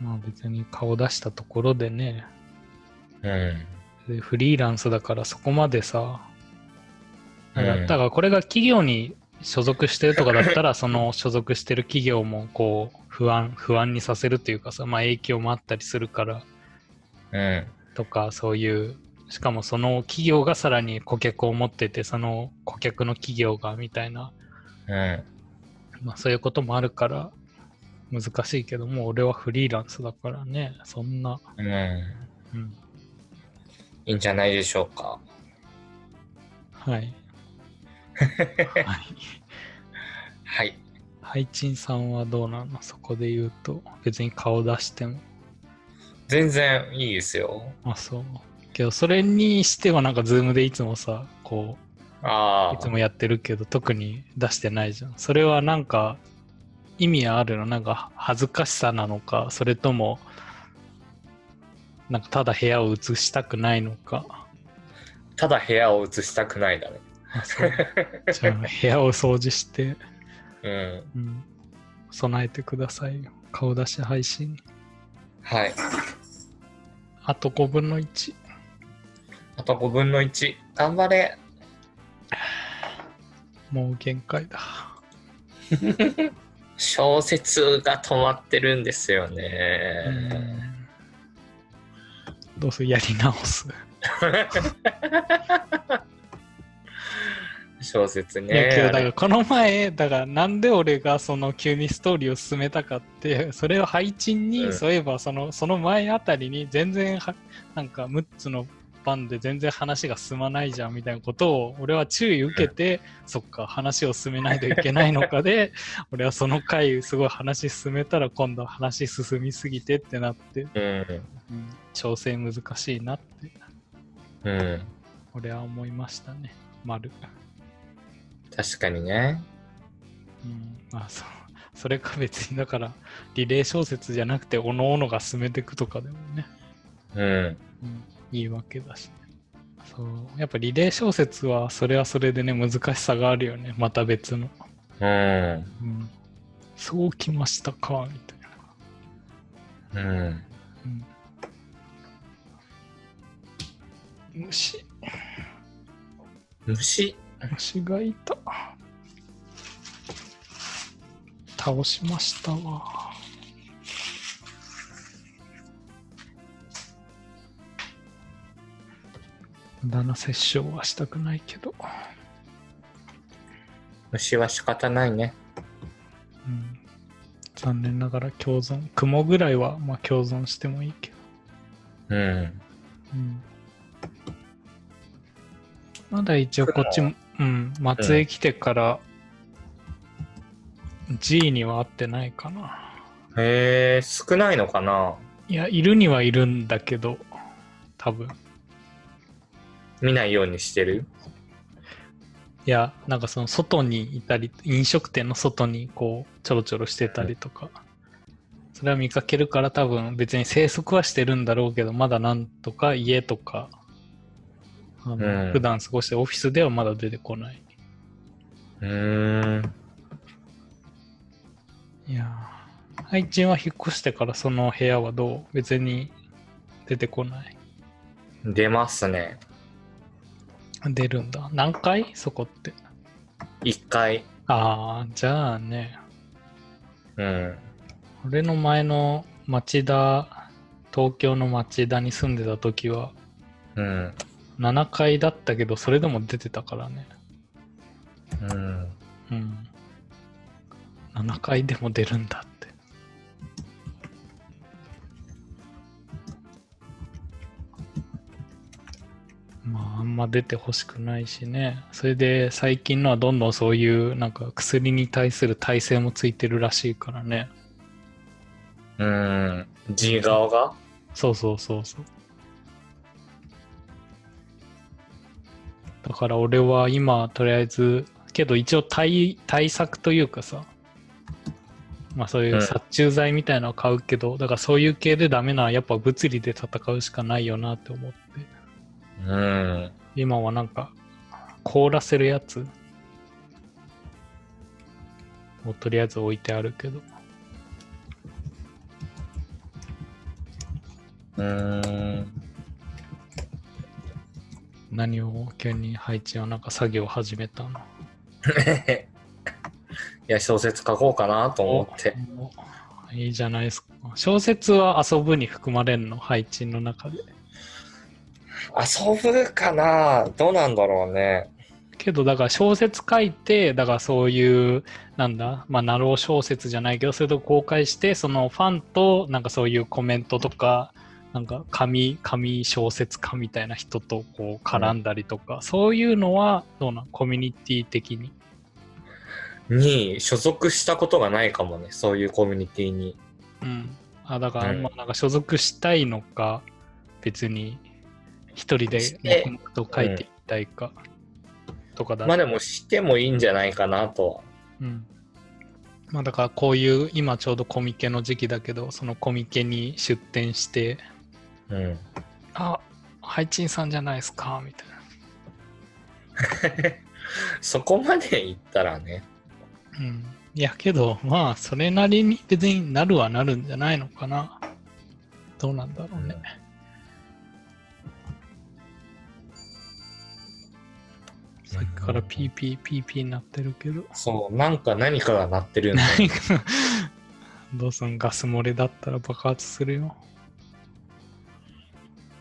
Speaker 2: まあ別に顔出したところでね、
Speaker 1: うん。
Speaker 2: でフリーランスだからそこまでさ、
Speaker 1: うん
Speaker 2: だからこれが企業に所属してるとかだったら、そ の所属してる企業もこう、不安、不安にさせるというかさ、まあ影響もあったりするから
Speaker 1: うん。
Speaker 2: とか、そういう、しかもその企業がさらに顧客を持ってて、その顧客の企業がみたいな、
Speaker 1: うん。
Speaker 2: まあそういうこともあるから、難しいけども、俺はフリーランスだからね、そんな、
Speaker 1: うん。
Speaker 2: うん、
Speaker 1: いいんじゃないでしょうか。
Speaker 2: はい。はい。
Speaker 1: はい。
Speaker 2: ハイチンさんはどうなのそこで言うと、別に顔出しても。
Speaker 1: 全然いいですよ。
Speaker 2: あ、そう。けど、それにしてはなんか、ズームでいつもさ、こ
Speaker 1: あ
Speaker 2: う、
Speaker 1: あ。
Speaker 2: いつもやってるけど、特に出してないじゃん。それはなんか、意味あるのなんか、恥ずかしさなのか、それとも、なんか、ただ部屋を映したくないのか。
Speaker 1: ただ部屋を移したくないだね。
Speaker 2: あ、そう。じゃあ、部屋を掃除して、
Speaker 1: うん。
Speaker 2: うん、備えてくださいよ。顔出し配信。
Speaker 1: はい。
Speaker 2: あと5分の1。
Speaker 1: あと5分の1。頑張れ。
Speaker 2: もう限界だ。
Speaker 1: 小説が止まってるんですよね。
Speaker 2: どうするやり直す。
Speaker 1: 小説ね。
Speaker 2: 野球だからこの前だからなんで俺がその急にストーリーを進めたかってそれを配信に、
Speaker 1: うん
Speaker 2: そういえばそのその前あたりに全然はなんか6つの番で全然話が進まないじゃんみたいなことを俺は注意受けて、そっか話を進めないといけないの かで俺はその回すごい話進めたら今度は話進みすぎてってなって、
Speaker 1: うん。
Speaker 2: うん調整難しいなって
Speaker 1: うん。
Speaker 2: 俺は思いましたね丸。
Speaker 1: 確かにね。
Speaker 2: うん、まあそうそれか別にだからリレー小説じゃなくておのおのが進めていくとかでもね、
Speaker 1: うん。
Speaker 2: うん、いいわけだし、そうやっぱリレー小説はそれはそれでね難しさがあるよねまた別の、
Speaker 1: うん。
Speaker 2: うん、そうきましたかみたいな、
Speaker 1: うん。
Speaker 2: うん、虫
Speaker 1: 虫。
Speaker 2: 虫がいた倒しましたわ無駄な殺傷はしたくないけど、
Speaker 1: 虫は仕方ないね。
Speaker 2: うん、残念ながら共存雲ぐらいはまあ共存してもいいけど、
Speaker 1: うん。
Speaker 2: うん、まだ一応こっちも、うん、松江来てから G には会ってないかな、
Speaker 1: へえ、少ないのかない
Speaker 2: や、いるにはいるんだけど、多分。
Speaker 1: 見ないようにしてる
Speaker 2: いや、なんかその外にいたり、飲食店の外にこう、ちょろちょろしてたりとか、それは見かけるから多分別に生息はしてるんだろうけど、まだなんとか家とか、あの
Speaker 1: うん
Speaker 2: 普段過ごしてオフィスではまだ出てこない。
Speaker 1: うーん。
Speaker 2: いやー、愛知は引っ越してからその部屋はどう別に出てこない。
Speaker 1: 出ますね。
Speaker 2: 出るんだ。何階そこって。
Speaker 1: 一回。
Speaker 2: ああ、じゃあね。
Speaker 1: うん。
Speaker 2: 俺の前の町田東京の町田に住んでた時は
Speaker 1: うん。
Speaker 2: 7階だったけどそれでも出てたからね
Speaker 1: うん。
Speaker 2: うん7階でも出るんだってまああんま出てほしくないしねそれで最近のはどんどんそういうなんか薬に対する耐性もついてるらしいからね
Speaker 1: うん。G 側が
Speaker 2: そうそうそうそう。だから俺は今とりあえずけど一応対対策というかさまあそういううん殺虫剤みたいなのは買うけど、だからそういう系でダメなのはやっぱ物理で戦うしかないよなって思って
Speaker 1: うん。
Speaker 2: 今はなんか凍らせるやつをとりあえず置いてあるけど
Speaker 1: うん。
Speaker 2: 何を急に配置はなんか作業を始めた の
Speaker 1: いや、小説書こうかなと思って。
Speaker 2: おいいじゃないですか。小説は遊ぶに含まれんの、配置の中で。
Speaker 1: 遊ぶかなどうなんだろうね。
Speaker 2: けど、だから小説書いて、だからそういう、なんだ、まあ、ナロー小説じゃないけど、それと公開して、そのファンと、なんかそういうコメントとか、なんか紙、紙小説家みたいな人とこう絡んだりとか、そういうのは、どうなんコミュニティ的に。
Speaker 1: に所属したことがないかもね。そういうコミュニティに。
Speaker 2: うん、あだから、
Speaker 1: うん
Speaker 2: まあなんか所属したいのか別に一人で
Speaker 1: して
Speaker 2: 黙々と書いていきたいか、とかだ、
Speaker 1: まあでもしてもいいんじゃないかなとは。
Speaker 2: うんまあ、だからこういう今ちょうどコミケの時期だけどそのコミケに出店して
Speaker 1: うん。
Speaker 2: 「あハイチンさんじゃないですか」みたい
Speaker 1: そこまで行ったらね。
Speaker 2: な、うん、いやけどまあそれなりに別になるはなるんじゃないのかなどうなんだろうね、さっきからピーピーピーピーになってるけど
Speaker 1: そう、なんか何かが鳴ってるんだよ。
Speaker 2: 何かどうすんガス漏れだったら爆発するよ。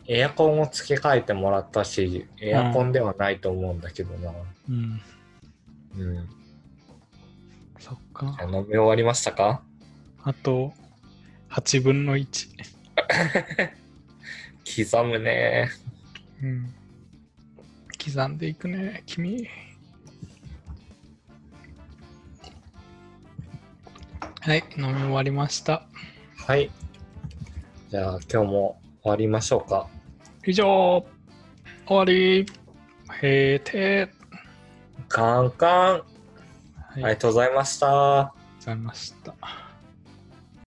Speaker 1: エアコンを付け替えてもらったし、エアコンではないと思うんだけどな。
Speaker 2: うん。
Speaker 1: うん。
Speaker 2: そっか
Speaker 1: じゃあ。飲み終わりましたか
Speaker 2: あと、8分の1。
Speaker 1: 刻むね。
Speaker 2: うん。刻んでいくね、君。はい、飲み終わりました。
Speaker 1: はい。じゃあ今日も終わりましょうか。
Speaker 2: 以上、終わり。閉店。
Speaker 1: カンカン。あ
Speaker 2: はい、
Speaker 1: り
Speaker 2: あり
Speaker 1: が
Speaker 2: がとう
Speaker 1: とうございました。
Speaker 2: ございました。